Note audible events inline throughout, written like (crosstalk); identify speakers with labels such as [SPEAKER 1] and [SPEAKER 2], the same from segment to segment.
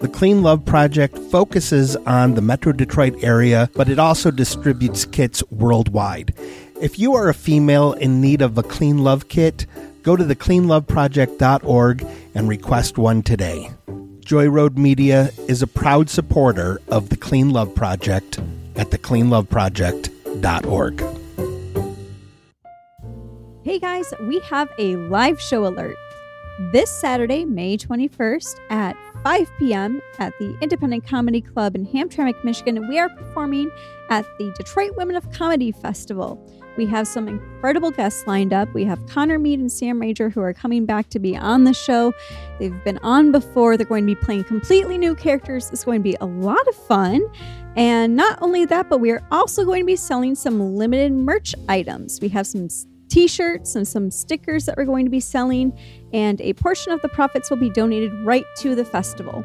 [SPEAKER 1] The Clean Love Project focuses on the Metro Detroit area, but it also distributes kits worldwide. If you are a female in need of a Clean Love kit, go to thecleanloveproject.org and request one today. Joy Road Media is a proud supporter of the Clean Love Project at thecleanloveproject.org.
[SPEAKER 2] Hey guys, we have a live show alert. This Saturday, May 21st at 5 p.m. at the Independent Comedy Club in Hamtramck, Michigan, we are performing at the Detroit Women of Comedy Festival. We have some incredible guests lined up. We have Connor Mead and Sam Rager who are coming back to be on the show. They've been on before. They're going to be playing completely new characters. It's going to be a lot of fun. And not only that, but we are also going to be selling some limited merch items. We have some t shirts and some stickers that we're going to be selling, and a portion of the profits will be donated right to the festival.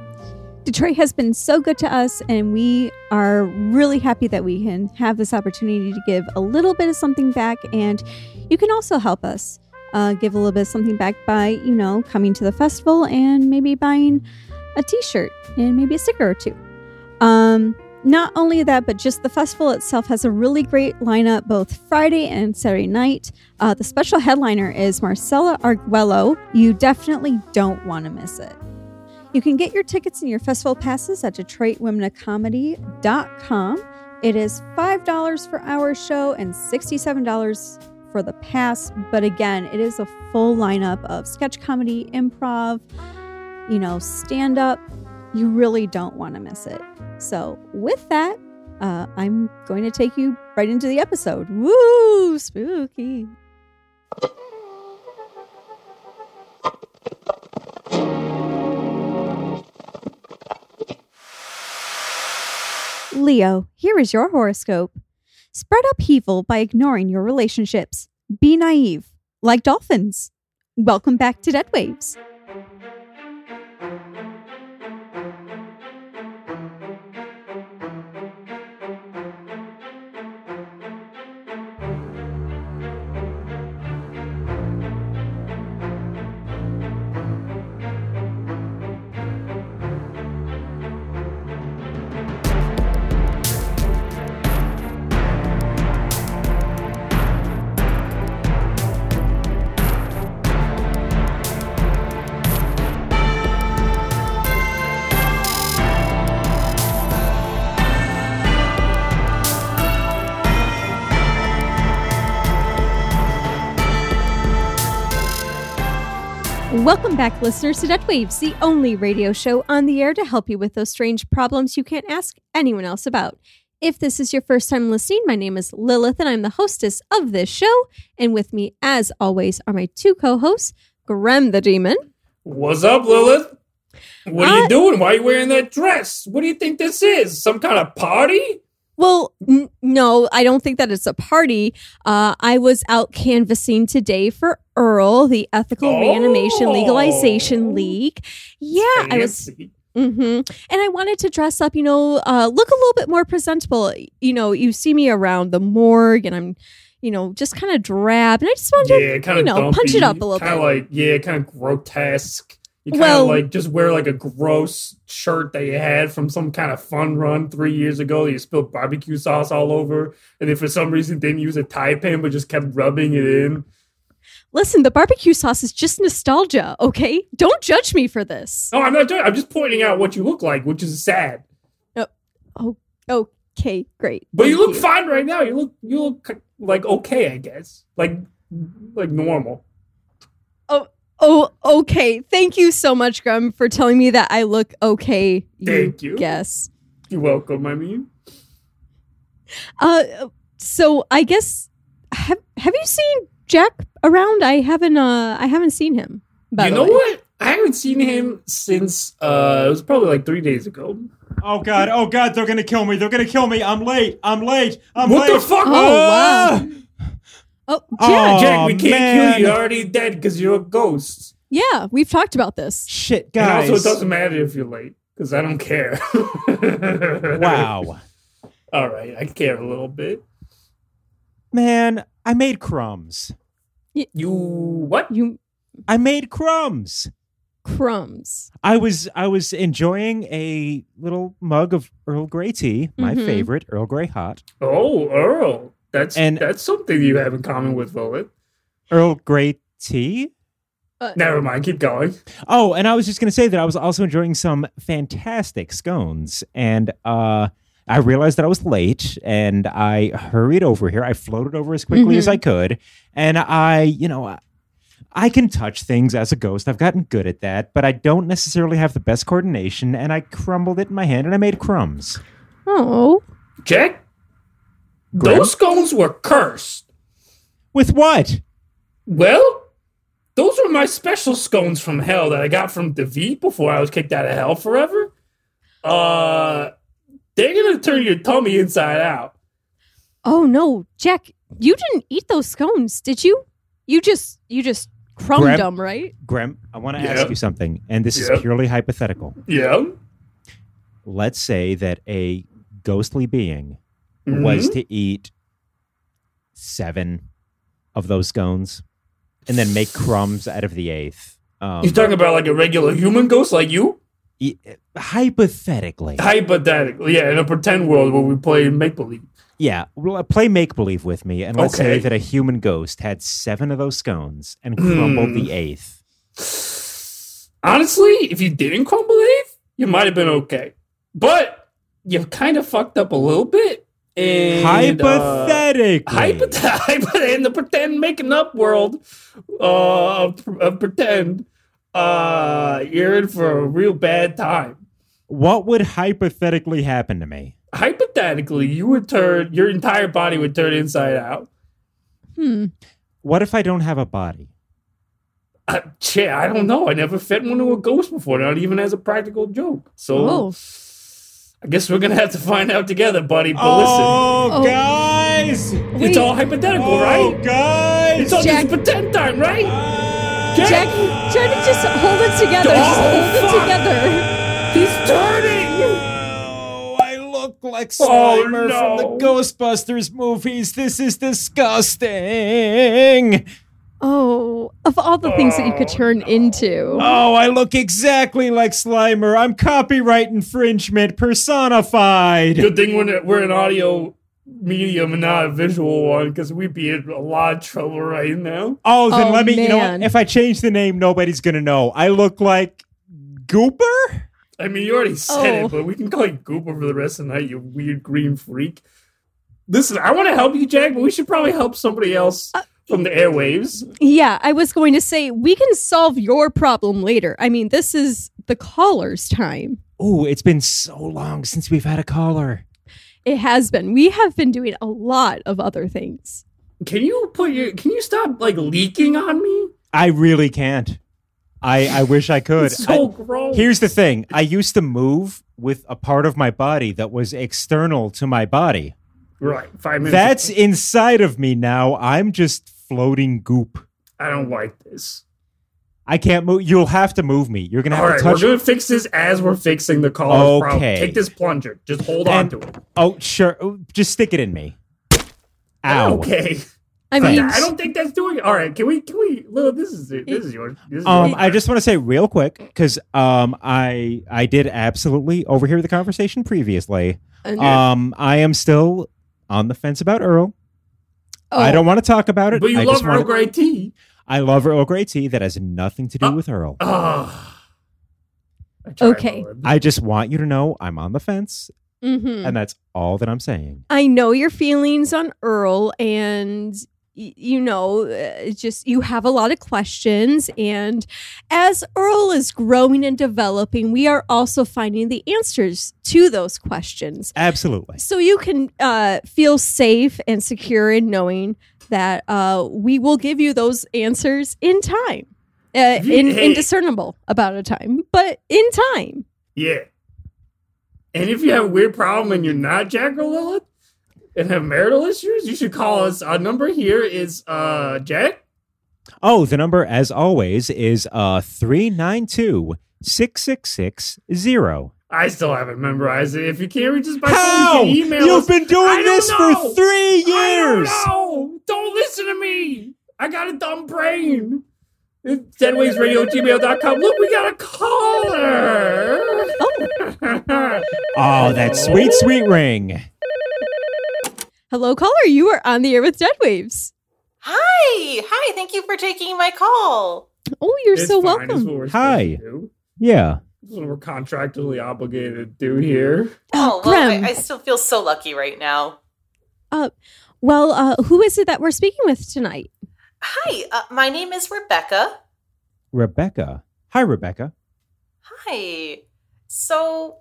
[SPEAKER 2] Detroit has been so good to us, and we are really happy that we can have this opportunity to give a little bit of something back. And you can also help us uh, give a little bit of something back by, you know, coming to the festival and maybe buying a t shirt and maybe a sticker or two. Um, not only that, but just the festival itself has a really great lineup both Friday and Saturday night. Uh, the special headliner is Marcella Arguello. You definitely don't want to miss it. You can get your tickets and your festival passes at DetroitWomenAcomedy.com. It is $5 for our show and $67 for the pass. But again, it is a full lineup of sketch comedy, improv, you know, stand up. You really don't want to miss it. So, with that, uh, I'm going to take you right into the episode. Woo, spooky. Leo, here is your horoscope. Spread upheaval by ignoring your relationships. Be naive, like dolphins. Welcome back to Dead Waves. Welcome back, listeners, to Dead Waves, the only radio show on the air to help you with those strange problems you can't ask anyone else about. If this is your first time listening, my name is Lilith and I'm the hostess of this show. And with me, as always, are my two co hosts, Grem the Demon.
[SPEAKER 3] What's up, Lilith? What are
[SPEAKER 2] Uh,
[SPEAKER 3] you doing? Why are you wearing that dress? What do you think this is? Some kind of party?
[SPEAKER 2] Well, n- no, I don't think that it's a party. Uh, I was out canvassing today for Earl, the Ethical
[SPEAKER 3] Oh.
[SPEAKER 2] Reanimation Legalization League. Yeah, I was
[SPEAKER 3] Fancy.
[SPEAKER 2] hmm And I wanted to dress up, you know, uh, look a little bit more presentable. You know, you see me around the morgue, and I'm, you know, just kind of drab, and I just wanted
[SPEAKER 3] Yeah,
[SPEAKER 2] to,
[SPEAKER 3] kind
[SPEAKER 2] you
[SPEAKER 3] of
[SPEAKER 2] know, punch it up a little
[SPEAKER 3] kind
[SPEAKER 2] bit.
[SPEAKER 3] of like yeah, kind of grotesque. You kind
[SPEAKER 2] Well-
[SPEAKER 3] of like just wear like a gross shirt that you had from some kind of fun run three years ago. That you spilled barbecue sauce all over, and then for some reason didn't use a tie pin, but just kept rubbing it in.
[SPEAKER 2] Listen, the barbecue sauce is just nostalgia. Okay, don't judge me for this.
[SPEAKER 3] No, Oh, I'm not. doing- I'm just pointing out what you look like, which is sad.
[SPEAKER 2] Okay, great.
[SPEAKER 3] But you
[SPEAKER 2] Thank
[SPEAKER 3] look fine right now. You look you look like okay, I guess. Like like normal.
[SPEAKER 2] Oh, okay. Thank you so much, Grum, for telling me that I look okay.
[SPEAKER 3] Thank you.
[SPEAKER 2] Yes.
[SPEAKER 3] You're welcome. I mean,
[SPEAKER 2] Uh, so I guess have have you seen Jack around? I haven't. Uh, I haven't seen him. By
[SPEAKER 3] you
[SPEAKER 2] the
[SPEAKER 3] know
[SPEAKER 2] way.
[SPEAKER 3] what? I haven't seen him since uh it was probably like three days ago.
[SPEAKER 4] Oh god, oh god, they're gonna kill me. They're gonna kill me. I'm late. I'm late. I'm
[SPEAKER 3] What the
[SPEAKER 4] late.
[SPEAKER 5] Oh,
[SPEAKER 3] fuck?
[SPEAKER 4] Ah!
[SPEAKER 5] Oh,
[SPEAKER 4] Oh.
[SPEAKER 5] Jack.
[SPEAKER 3] Jack, we can't
[SPEAKER 4] man.
[SPEAKER 3] kill you. You're already dead because you're a ghost.
[SPEAKER 5] Yeah, we've talked about this.
[SPEAKER 4] Shit,
[SPEAKER 3] And
[SPEAKER 4] guys.
[SPEAKER 3] also, it doesn't matter if you're late because I don't care. (laughs)
[SPEAKER 4] wow.
[SPEAKER 3] All right, I care a little bit.
[SPEAKER 4] Man, I made crumbs.
[SPEAKER 3] You what?
[SPEAKER 5] You
[SPEAKER 4] I made crumbs.
[SPEAKER 2] Crumbs.
[SPEAKER 4] I was I was enjoying a little mug of Earl Grey tea, my
[SPEAKER 2] Mhm.
[SPEAKER 4] favorite Earl Grey hot.
[SPEAKER 3] Oh, Earl. That's
[SPEAKER 4] And-
[SPEAKER 3] that's something you have in common with Violet.
[SPEAKER 4] Earl Grey tea.
[SPEAKER 2] Uh,
[SPEAKER 3] Never mind. Keep going.
[SPEAKER 4] Oh, and I was just going to say that I was also enjoying some fantastic scones, and uh, I realized that I was late, and I hurried over here. I floated over as quickly as I could, and I, you know, I, I can touch things as a ghost. I've gotten good at that, but I don't necessarily have the best coordination, and I crumbled it in my hand, and I made crumbs.
[SPEAKER 2] Oh.
[SPEAKER 3] Jack,
[SPEAKER 4] Grim?
[SPEAKER 3] those scones were cursed.
[SPEAKER 4] With what?
[SPEAKER 3] Well, those were my special scones from hell that I got from David before I was kicked out of hell forever. Uh, they're gonna turn your tummy inside out.
[SPEAKER 2] Oh no, Jack, you didn't eat those scones, did you? You just you just crumbed
[SPEAKER 4] Grab-
[SPEAKER 2] them, right?
[SPEAKER 4] Graham, I want to
[SPEAKER 3] Yeah.
[SPEAKER 4] ask you something, and this
[SPEAKER 3] Yeah.
[SPEAKER 4] is purely hypothetical.
[SPEAKER 3] Yeah.
[SPEAKER 4] Let's say that a ghostly being
[SPEAKER 3] Mhm.
[SPEAKER 4] was to eat seven of those scones and then make crumbs out of the eighth. Um,
[SPEAKER 3] you talking about like a regular human ghost like you?
[SPEAKER 4] e- hypothetically,
[SPEAKER 3] Hypothetically, yeah, in a pretend world where we play make believe.
[SPEAKER 4] yeah, well, uh, play make believe with me, and let's say
[SPEAKER 3] Okay.
[SPEAKER 4] that a human ghost had seven of those scones and crumbled
[SPEAKER 3] Hmm.
[SPEAKER 4] the eighth.
[SPEAKER 3] Honestly, if you didn't crumble the eighth, you might have been okay. But you kind of fucked up a little bit. And, uh,
[SPEAKER 4] hypothetically,
[SPEAKER 3] (laughs) Hypothetically, in the pretend making up world uh, of of pretend, uh, you're in for a real bad time.
[SPEAKER 4] what would hypothetically happen to me?
[SPEAKER 3] Hypothetically, you would turn your entire body would turn inside out.
[SPEAKER 2] Hmm.
[SPEAKER 4] What if I don't have a body?
[SPEAKER 3] I, Uh, shit, I don't know. I never fed one to a ghost before, not even as a practical joke. So
[SPEAKER 2] Oh.
[SPEAKER 3] I guess we're gonna have to find out together, buddy. But
[SPEAKER 2] Oh.
[SPEAKER 4] guys! Oh,
[SPEAKER 3] listen, it's all hypothetical, right?
[SPEAKER 4] guys!
[SPEAKER 3] It's all
[SPEAKER 2] Jack-
[SPEAKER 3] just pretend time, right?
[SPEAKER 2] Oh.
[SPEAKER 5] Jack, try to just hold it together. Just
[SPEAKER 3] Oh,
[SPEAKER 5] hold
[SPEAKER 3] fuck.
[SPEAKER 5] it together.
[SPEAKER 3] He's turning.
[SPEAKER 4] Oh, I look like
[SPEAKER 3] Oh,
[SPEAKER 4] Slimer
[SPEAKER 3] no.
[SPEAKER 4] from the Ghostbusters movies. This is disgusting.
[SPEAKER 2] Oh, of all the things that you could
[SPEAKER 3] Oh,
[SPEAKER 2] turn into.
[SPEAKER 4] Oh, I look exactly like Slimer. I'm copyright infringement personified.
[SPEAKER 3] Good thing we're we're an audio medium and not a visual one, because we'd be in a lot of trouble right now.
[SPEAKER 4] Oh, then
[SPEAKER 2] Oh,
[SPEAKER 4] let me. You know what?
[SPEAKER 2] man.
[SPEAKER 4] If I change the name, nobody's gonna know. I look like Gooper.
[SPEAKER 3] I mean, you already said
[SPEAKER 2] Oh.
[SPEAKER 3] it, but we can call you Gooper for the rest of the night, you weird green freak. Listen, I want to help you, Jack, but we should probably help somebody else from the airwaves.
[SPEAKER 2] Yeah, I was going to say we can solve your problem later. I mean, this is the caller's time.
[SPEAKER 4] Oh, it's been so long since we've had a caller.
[SPEAKER 2] It has been. We have been doing a lot of other things.
[SPEAKER 3] Can you put your? Can you stop like leaking on me?
[SPEAKER 4] I really can't. I I wish I could.
[SPEAKER 3] It's
[SPEAKER 4] I-
[SPEAKER 3] so gross.
[SPEAKER 4] Here's the thing. I used to move with a part of my body that was external to my body.
[SPEAKER 3] right five minutes.
[SPEAKER 4] That's
[SPEAKER 3] ago.
[SPEAKER 4] inside of me now. I'm just floating goop.
[SPEAKER 3] I don't like this.
[SPEAKER 4] I can't move. You'll have to move me. You're going to
[SPEAKER 3] All
[SPEAKER 4] have
[SPEAKER 3] right,
[SPEAKER 4] to
[SPEAKER 3] we're
[SPEAKER 4] touch.
[SPEAKER 3] gonna fix this as we're fixing the call.
[SPEAKER 4] Okay.
[SPEAKER 3] Take this plunger. Just hold
[SPEAKER 4] And-
[SPEAKER 3] on to it.
[SPEAKER 4] Oh, sure. Oh, Just stick it in me. Ow.
[SPEAKER 3] Okay. (laughs)
[SPEAKER 2] I
[SPEAKER 4] Right.
[SPEAKER 2] mean,
[SPEAKER 3] I don't think that's doing it. All right, can we? Can we? Lil, this is it. This is yours. This is
[SPEAKER 4] Um,
[SPEAKER 3] yours.
[SPEAKER 4] I just want to say real quick because um, I I did absolutely overhear the conversation previously.
[SPEAKER 2] and-
[SPEAKER 4] Um, I am still on the fence about Earl.
[SPEAKER 2] oh,
[SPEAKER 4] I don't want to talk about it.
[SPEAKER 3] But you
[SPEAKER 4] I
[SPEAKER 3] love
[SPEAKER 4] just wanna-
[SPEAKER 3] Earl Grey tea.
[SPEAKER 4] I love Earl Grey tea that has nothing to do
[SPEAKER 3] Uh,
[SPEAKER 4] with Earl.
[SPEAKER 3] Ah. I tried,
[SPEAKER 2] Okay.
[SPEAKER 3] Lil.
[SPEAKER 4] I just want you to know I'm on the fence,
[SPEAKER 2] Mhm.
[SPEAKER 4] and that's all that I'm saying.
[SPEAKER 2] I know your feelings on Earl, and y- you know, uh, just you have a lot of questions. And as Earl is growing and developing, we are also finding the answers to those questions.
[SPEAKER 4] Absolutely.
[SPEAKER 2] So you can uh, feel safe and secure in knowing that uh, we will give you those answers in time. Uh,
[SPEAKER 3] If you-
[SPEAKER 2] in,
[SPEAKER 3] hey.
[SPEAKER 2] indiscernible about a time, but in time.
[SPEAKER 3] Yeah. And if you have a weird problem and you're not Jack or Lilith and have marital issues, you should call us. Our number here is uh Jack.
[SPEAKER 4] Oh, the number, as always, is uh 392 666
[SPEAKER 3] I still haven't memorized it. If you can't reach us by
[SPEAKER 4] How?
[SPEAKER 3] phone, you can email
[SPEAKER 4] You've
[SPEAKER 3] us.
[SPEAKER 4] been doing
[SPEAKER 3] I don't
[SPEAKER 4] this
[SPEAKER 3] know.
[SPEAKER 4] for three years.
[SPEAKER 3] I don't know. Don't listen to me. I got a dumb brain. It's deadwaysradio@gmail.com. Look, we got a caller.
[SPEAKER 4] Oh, that sweet, sweet ring.
[SPEAKER 2] Hello, caller. You are on the air with Dead Waves.
[SPEAKER 6] Hi. Hi. Thank you for taking my call.
[SPEAKER 2] Oh, (laughs) you're
[SPEAKER 3] It's
[SPEAKER 2] so
[SPEAKER 3] fine. It's
[SPEAKER 2] welcome.
[SPEAKER 3] what we're supposed
[SPEAKER 4] Hi.
[SPEAKER 3] to do.
[SPEAKER 4] Yeah.
[SPEAKER 3] This is what we're contractually obligated to do here.
[SPEAKER 2] Oh,
[SPEAKER 6] Oh, well,
[SPEAKER 2] Graham.
[SPEAKER 6] I, I still feel so lucky right now.
[SPEAKER 2] Well, uh, who is it that we're speaking with tonight?
[SPEAKER 6] Hi. Uh, my name is Rebecca.
[SPEAKER 4] Rebecca. Hi, Rebecca.
[SPEAKER 6] Hi. So,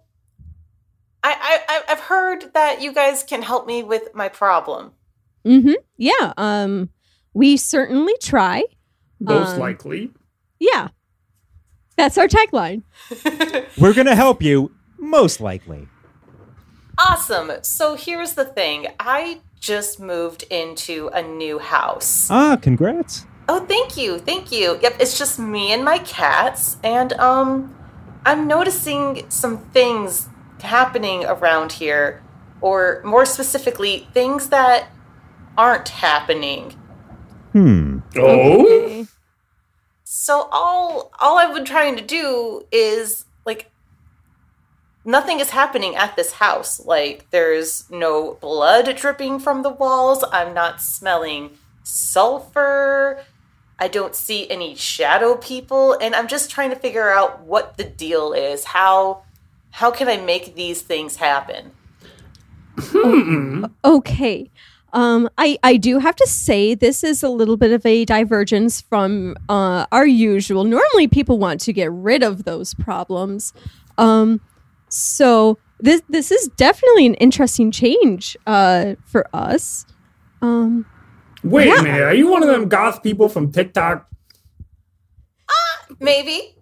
[SPEAKER 6] I, I I- I've heard that you guys can help me with my problem. (laughs)
[SPEAKER 2] Mm-hmm. Yeah. Um, we certainly try.
[SPEAKER 3] Most
[SPEAKER 2] Um,
[SPEAKER 3] likely.
[SPEAKER 2] Yeah. That's our tagline.
[SPEAKER 4] We're going to help you, most likely.
[SPEAKER 6] Awesome. So here's the thing. I just moved into a new house.
[SPEAKER 4] Ah, congrats.
[SPEAKER 6] Oh, thank you. Thank you. Yep, it's just me and my cats and um I'm noticing some things happening around here or more specifically things that aren't happening.
[SPEAKER 4] Hmm.
[SPEAKER 3] Oh,
[SPEAKER 2] Okay.
[SPEAKER 6] So all all I've been trying to do is like nothing is happening at this house. Like there's no blood dripping from the walls. I'm not smelling sulfur. I don't see any shadow people and I'm just trying to figure out what the deal is. How how can I make these things happen?
[SPEAKER 2] Okay. Um, I, I do have to say this is a little bit of a divergence from uh, our usual. Normally, people want to get rid of those problems. Um, so this this is definitely an interesting change uh, for us. Um,
[SPEAKER 3] wait a minute. Are you one of them goth people from TikTok?
[SPEAKER 6] Maybe.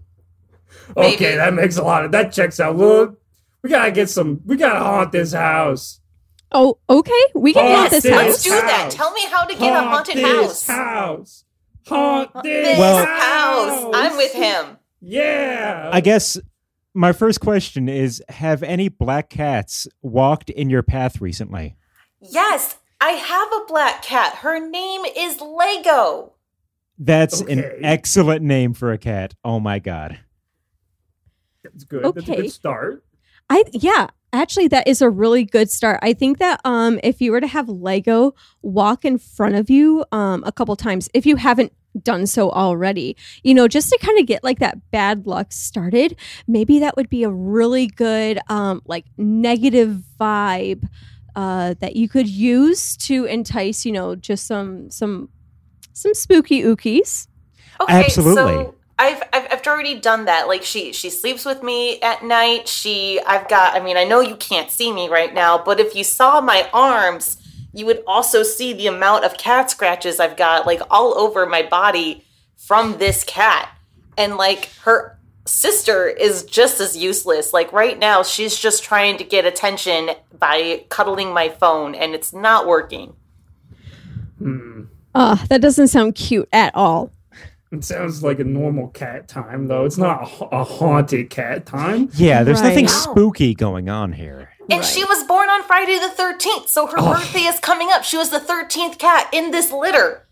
[SPEAKER 3] Okay,
[SPEAKER 6] Maybe.
[SPEAKER 3] that makes a lot of that checks out. Look, we gotta get some. We gotta haunt this house.
[SPEAKER 2] oh, okay. We can
[SPEAKER 3] Oh,
[SPEAKER 2] haunt this
[SPEAKER 3] this
[SPEAKER 2] house.
[SPEAKER 6] Let's do that.
[SPEAKER 3] house. Oh,
[SPEAKER 6] Tell me how to get a haunted
[SPEAKER 3] this
[SPEAKER 6] house.
[SPEAKER 3] house. Haunt this
[SPEAKER 6] This
[SPEAKER 4] Well-
[SPEAKER 6] house. I'm with him.
[SPEAKER 3] Yeah.
[SPEAKER 4] I guess my first question is Have any black cats walked in your path recently?
[SPEAKER 6] Yes, I have a black cat. Her name is Lego.
[SPEAKER 4] That's
[SPEAKER 3] Okay.
[SPEAKER 4] an excellent name for a cat. Oh, my God.
[SPEAKER 3] That's good. That's a
[SPEAKER 2] Okay.
[SPEAKER 3] good start.
[SPEAKER 2] I yeah, actually that is a really good start. I think that um if you were to have Lego walk in front of you um a couple times if you haven't done so already, you know, just to kind of get like that bad luck started, maybe that would be a really good um like negative vibe uh that you could use to entice, you know, just some some some spooky ookies.
[SPEAKER 6] Okay,
[SPEAKER 4] Absolutely.
[SPEAKER 6] So I've, I've I've already done that. Like she she sleeps with me at night. She I've got. I mean, I know you can't see me right now, but if you saw my arms, you would also see the amount of cat scratches I've got, like all over my body from this cat. And like her sister is just as useless. Like right now, she's just trying to get attention by cuddling my phone, and it's not working.
[SPEAKER 2] Ah, that doesn't sound cute at all.
[SPEAKER 3] It sounds like a normal cat time, though. It's not a, ha- a haunted cat time.
[SPEAKER 4] Yeah, there's nothing
[SPEAKER 2] Right.
[SPEAKER 4] spooky going on here.
[SPEAKER 6] And she was born on Friday the 13th, so her
[SPEAKER 4] Oh.
[SPEAKER 6] birthday is coming up. She was the 13th cat in this litter.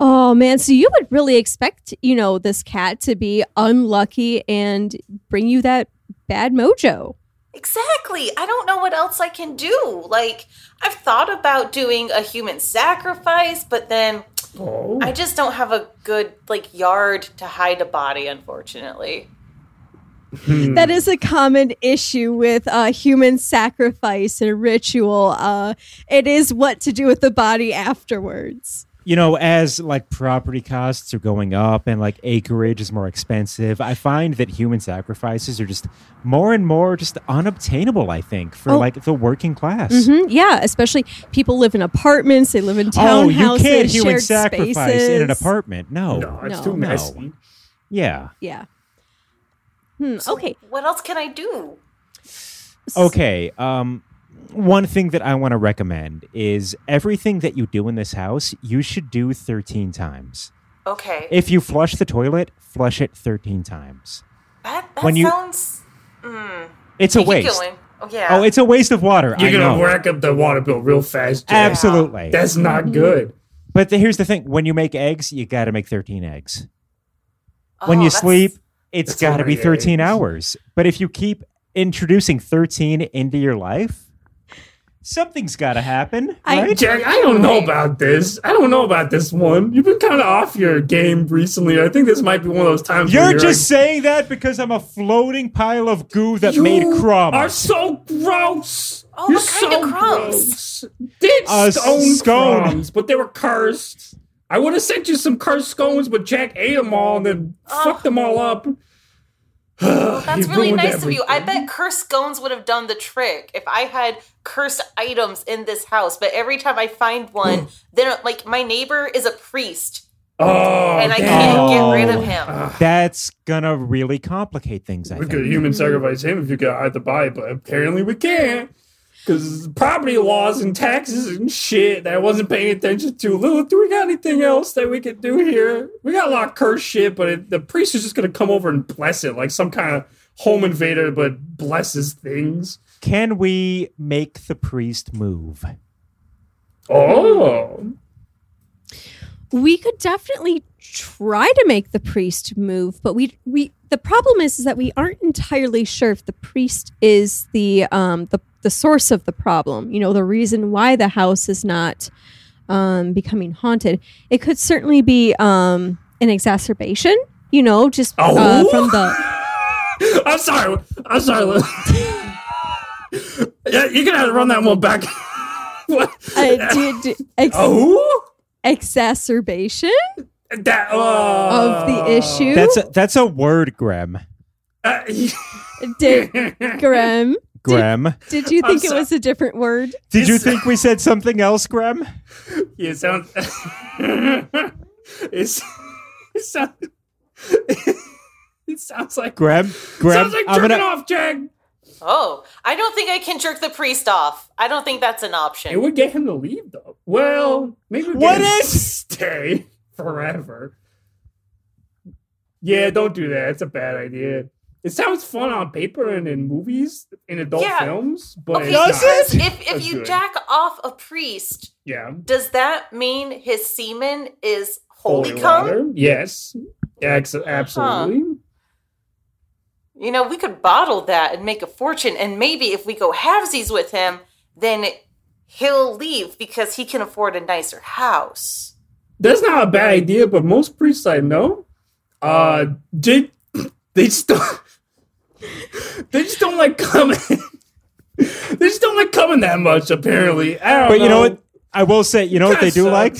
[SPEAKER 2] Oh man, so you would really expect, you know, this cat to be unlucky and bring you that bad mojo.
[SPEAKER 6] Exactly. I don't know what else I can do. Like, I've thought about doing a human sacrifice, but then
[SPEAKER 3] Oh,
[SPEAKER 4] Hmm.
[SPEAKER 6] I just don't have a good, like, yard to hide a body, unfortunately.
[SPEAKER 4] Hmm.
[SPEAKER 2] That is a common issue with uh, human sacrifice and ritual. Uh, it is what to do with the body afterwards.
[SPEAKER 4] you know, as like property costs are going up and like acreage is more expensive, I find that human sacrifices are just more and more just unobtainable, I think, for
[SPEAKER 2] Oh.
[SPEAKER 4] like the working class.
[SPEAKER 2] Mhm, Yeah, especially people live in apartments. They live in
[SPEAKER 4] Oh,
[SPEAKER 2] townhouses.
[SPEAKER 4] you can't human
[SPEAKER 2] shared
[SPEAKER 4] sacrifice
[SPEAKER 2] spaces.
[SPEAKER 4] in an apartment. No.
[SPEAKER 3] no, it's
[SPEAKER 2] no,
[SPEAKER 3] too
[SPEAKER 2] no.
[SPEAKER 3] messy.
[SPEAKER 4] Yeah.
[SPEAKER 2] Yeah. Hmm,
[SPEAKER 6] So
[SPEAKER 2] okay.
[SPEAKER 6] What else can I do?
[SPEAKER 4] Okay. Um, one thing that I want to recommend is everything that you do in this house, you should do 13 times.
[SPEAKER 6] Okay.
[SPEAKER 4] If you flush the toilet, flush it 13 times.
[SPEAKER 6] that that
[SPEAKER 4] when you-
[SPEAKER 6] sounds. Mm,
[SPEAKER 4] It's a
[SPEAKER 6] keep
[SPEAKER 4] waste.
[SPEAKER 6] going. Oh, yeah.
[SPEAKER 4] Oh, it's a waste of water.
[SPEAKER 3] You're
[SPEAKER 4] I
[SPEAKER 3] gonna
[SPEAKER 4] know.
[SPEAKER 3] rack up the water bill real fast. Jay.
[SPEAKER 4] Absolutely.
[SPEAKER 3] That's
[SPEAKER 4] Mm-hmm.
[SPEAKER 3] not good.
[SPEAKER 4] But the, here's the thing: when you make eggs, you got to make 13 eggs.
[SPEAKER 6] Oh,
[SPEAKER 4] when you
[SPEAKER 6] that's-
[SPEAKER 4] sleep, it's
[SPEAKER 3] that's
[SPEAKER 4] got to
[SPEAKER 3] a
[SPEAKER 4] be
[SPEAKER 3] lot of
[SPEAKER 4] 13
[SPEAKER 3] eggs.
[SPEAKER 4] hours. But if you keep introducing 13 into your life, something's got to happen,
[SPEAKER 2] I-
[SPEAKER 4] right?
[SPEAKER 3] Jack, I don't know about this. I don't know about this one. You've been kind of off your game recently. I think this might be one of those times. where
[SPEAKER 4] You're just saying that because I'm a floating pile of goo that
[SPEAKER 3] You
[SPEAKER 4] made crumbs.
[SPEAKER 3] Are so gross.
[SPEAKER 6] Oh,
[SPEAKER 3] You're
[SPEAKER 6] what kind of
[SPEAKER 3] so
[SPEAKER 6] crumbs?
[SPEAKER 3] gross. Did
[SPEAKER 4] Uh,
[SPEAKER 3] stone
[SPEAKER 4] scone.
[SPEAKER 3] crumbs, but they were cursed. I would have sent you some cursed scones, but Jack ate them all and then fucked them all up. (sighs)
[SPEAKER 6] That's
[SPEAKER 3] You
[SPEAKER 6] really
[SPEAKER 3] ruined
[SPEAKER 6] nice of you. I
[SPEAKER 3] everything.
[SPEAKER 6] bet cursed scones would have done the trick if I had cursed items in this house. But every time I find
[SPEAKER 3] (gasps)
[SPEAKER 6] one, then like my neighbor is a priest,
[SPEAKER 3] Oh,
[SPEAKER 6] and I
[SPEAKER 3] damn.
[SPEAKER 6] can't
[SPEAKER 4] Oh.
[SPEAKER 6] get rid of him.
[SPEAKER 4] That's gonna really complicate things. I
[SPEAKER 3] We could
[SPEAKER 4] think.
[SPEAKER 3] human sacrifice him if you could hide the body, but apparently we can't. Because property laws and taxes and shit that I wasn't paying attention to. Lilith, do we got anything else that we could do here? We got a lot of cursed shit, but it, the priest is just going to come over and bless it like some kind of home invader, but blesses things.
[SPEAKER 4] Can we make the priest move?
[SPEAKER 3] Oh.
[SPEAKER 2] we could definitely try to make the priest move, but we we the problem is, is that we aren't entirely sure if the priest is the um the the source of the problem. You know, the reason why the house is not um becoming haunted. It could certainly be um an exacerbation, you know, just uh,
[SPEAKER 3] Oh.
[SPEAKER 2] from
[SPEAKER 3] (laughs)
[SPEAKER 2] the
[SPEAKER 3] I'm sorry. I'm sorry, Lilith. (laughs) yeah, you're going to have to run that one back. (laughs) what?
[SPEAKER 2] uh, d- d- ex-
[SPEAKER 3] oh?
[SPEAKER 2] exacerbation
[SPEAKER 3] That,
[SPEAKER 2] of the
[SPEAKER 3] oh.
[SPEAKER 2] issue.
[SPEAKER 4] That's a, that's a word, Graham.
[SPEAKER 3] (laughs) Uh,
[SPEAKER 2] did Graham,
[SPEAKER 4] Graham,
[SPEAKER 2] did you
[SPEAKER 3] (laughs) I'm
[SPEAKER 2] think it
[SPEAKER 3] so-
[SPEAKER 2] was a different word?
[SPEAKER 4] did you
[SPEAKER 3] Is-
[SPEAKER 4] think we said something else, Graham?
[SPEAKER 3] It sounds. (laughs) it's, it sounds. It sounds like.
[SPEAKER 4] Graham, Graham,
[SPEAKER 3] sounds like
[SPEAKER 4] I'm
[SPEAKER 3] jerking
[SPEAKER 4] gonna
[SPEAKER 3] off, Jack.
[SPEAKER 6] Oh, I don't think I can jerk the priest off. I don't think that's an
[SPEAKER 3] It
[SPEAKER 6] option.
[SPEAKER 3] would get him to leave, though. Well, maybe. we
[SPEAKER 4] What
[SPEAKER 3] get him
[SPEAKER 4] if-
[SPEAKER 3] to stay (laughs) forever? Yeah, don't do that. It's a bad idea. It sounds fun on paper and in movies, in adult
[SPEAKER 6] Yeah.
[SPEAKER 3] films, but it's
[SPEAKER 4] Does
[SPEAKER 3] not.
[SPEAKER 4] it?
[SPEAKER 6] If if
[SPEAKER 3] That's
[SPEAKER 6] you
[SPEAKER 3] good.
[SPEAKER 6] jack off a priest,
[SPEAKER 3] Yeah.
[SPEAKER 6] does that mean his semen is holy,
[SPEAKER 3] Holy
[SPEAKER 6] cum?
[SPEAKER 3] water. Yes. Ex- absolutely.
[SPEAKER 6] You know, we could bottle that and make a fortune. And maybe if we go halvesies with him, then he'll leave because he can afford a nicer house.
[SPEAKER 3] that's not a bad idea, but most priests I know, uh, they (laughs) they just don't, (laughs) they just don't like coming. (laughs) they just don't like coming that much. Apparently, I don't
[SPEAKER 4] But you know what? I will say, you know what they do like?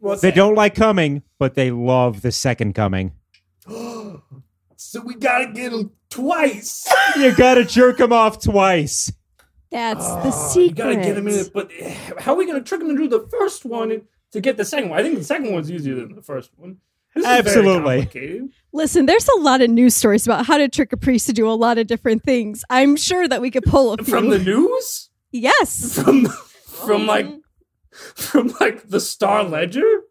[SPEAKER 3] like?
[SPEAKER 4] They don't like coming, but they love the second coming.
[SPEAKER 3] So we gotta get them twice.
[SPEAKER 4] You gotta jerk him off twice.
[SPEAKER 2] That's
[SPEAKER 3] Oh,
[SPEAKER 2] the secret.
[SPEAKER 3] You gotta get them in. But eh, how are we gonna trick them to do the first one to get the second one? I think the second one's easier than the first one. This is very
[SPEAKER 4] Absolutely.
[SPEAKER 3] complicated.
[SPEAKER 2] Listen, there's a lot of news stories about how to trick a priest to do a lot of different things. I'm sure that we could pull a few.
[SPEAKER 3] From the news.
[SPEAKER 2] yes.
[SPEAKER 3] from from like from like the Star Ledger,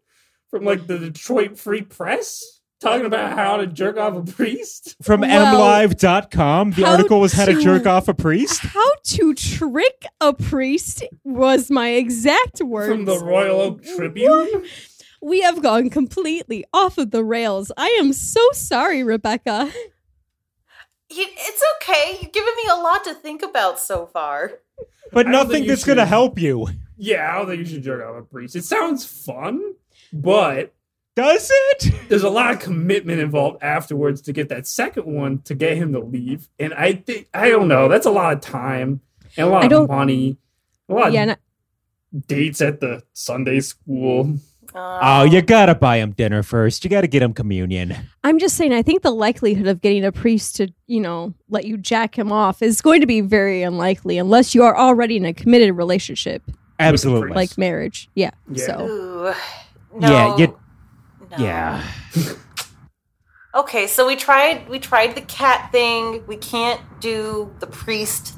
[SPEAKER 3] from like the Detroit Free Press, talking about how to jerk off a priest.
[SPEAKER 4] From
[SPEAKER 2] Well,
[SPEAKER 4] mlive.com, the
[SPEAKER 2] how
[SPEAKER 4] article was how to
[SPEAKER 2] to-
[SPEAKER 4] jerk off a priest.
[SPEAKER 2] How to trick a priest was my exact words.
[SPEAKER 3] From the Royal Oak Tribune.
[SPEAKER 2] we have gone completely off of the rails. I am so sorry, Rebecca.
[SPEAKER 6] You, it's okay. You've given me a lot to think about so far.
[SPEAKER 4] But
[SPEAKER 3] I don't
[SPEAKER 4] nothing
[SPEAKER 3] think you
[SPEAKER 4] that's gonna
[SPEAKER 3] should.
[SPEAKER 4] help you.
[SPEAKER 3] Yeah, I don't think you should jerk off a priest. It sounds fun, but
[SPEAKER 4] Does it?
[SPEAKER 3] there's a lot of commitment involved afterwards to get that second one to get him to leave. And I think I don't know. That's a lot of time and a
[SPEAKER 2] I
[SPEAKER 3] lot of
[SPEAKER 2] don't-
[SPEAKER 3] money. A lot
[SPEAKER 2] Yeah, and
[SPEAKER 3] of
[SPEAKER 2] I-
[SPEAKER 3] dates at the Sunday school.
[SPEAKER 6] Um,
[SPEAKER 4] Oh, you gotta buy him dinner first. You gotta get him communion.
[SPEAKER 2] I'm just saying, I think the likelihood of getting a priest to, you know, let you jack him off is going to be very unlikely unless you are already in a committed relationship,
[SPEAKER 4] Absolutely.
[SPEAKER 2] like marriage. Yeah.
[SPEAKER 3] Yeah.
[SPEAKER 2] So.
[SPEAKER 6] Ooh. No.
[SPEAKER 4] Yeah, you-
[SPEAKER 6] No.
[SPEAKER 4] yeah.
[SPEAKER 6] Okay, so we tried we tried the cat thing. We can't do the priest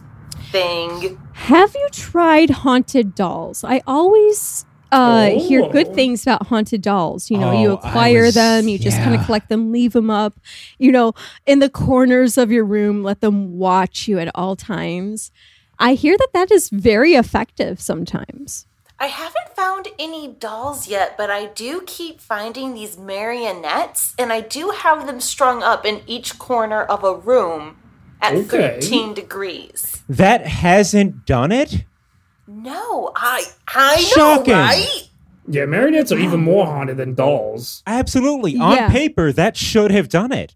[SPEAKER 6] thing.
[SPEAKER 2] Have you tried haunted dolls? I always uh, hear good
[SPEAKER 3] Oh.
[SPEAKER 2] things about haunted dolls. You know, you
[SPEAKER 4] Oh, I
[SPEAKER 2] acquire
[SPEAKER 4] was-
[SPEAKER 2] them, you just kind of
[SPEAKER 4] yeah.
[SPEAKER 2] collect them, leave them up, you know, in the corners of your room, let them watch you at all times. I hear that that is very effective sometimes.
[SPEAKER 6] I haven't found any dolls yet, but I do keep finding these marionettes, and I do have them strung up in each corner of a room at
[SPEAKER 3] Okay.
[SPEAKER 6] 13 degrees.
[SPEAKER 4] That hasn't done it?
[SPEAKER 6] No, I I
[SPEAKER 4] Shocking.
[SPEAKER 6] know, right?
[SPEAKER 3] Yeah, marionettes are even more haunted than dolls.
[SPEAKER 4] Absolutely. On
[SPEAKER 2] Yeah.
[SPEAKER 4] paper, that should have done it.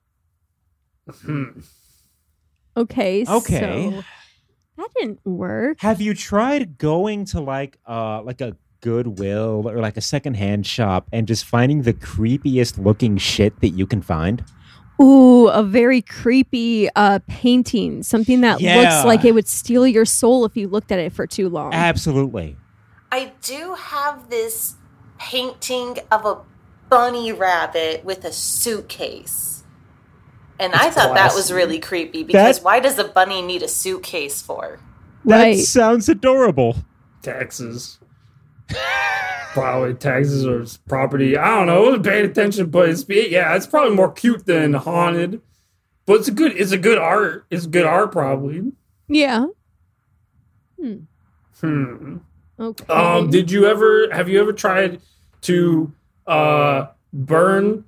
[SPEAKER 2] Okay.
[SPEAKER 4] Okay.
[SPEAKER 2] so that didn't work.
[SPEAKER 4] Have you tried going to like uh like a Goodwill or like a secondhand shop and just finding the creepiest looking shit that you can find?
[SPEAKER 2] Ooh, a very creepy uh, painting, something that
[SPEAKER 4] Yeah.
[SPEAKER 2] looks like it would steal your soul if you looked at it for too long.
[SPEAKER 4] Absolutely.
[SPEAKER 6] I do have this painting of a bunny rabbit with a suitcase. And I
[SPEAKER 3] That's
[SPEAKER 6] thought that was
[SPEAKER 3] classy.
[SPEAKER 6] really creepy because
[SPEAKER 4] That-
[SPEAKER 6] why does a bunny need a suitcase for?
[SPEAKER 4] That
[SPEAKER 2] Right.
[SPEAKER 4] sounds adorable.
[SPEAKER 3] Taxes. probably taxes or property. I don't know. I wasn't paying attention, but it's yeah, it's probably more cute than haunted. But it's a good it's a good art. It's good art probably.
[SPEAKER 2] Yeah.
[SPEAKER 3] Hmm.
[SPEAKER 2] Okay.
[SPEAKER 3] Um, did you ever have you ever tried to uh burn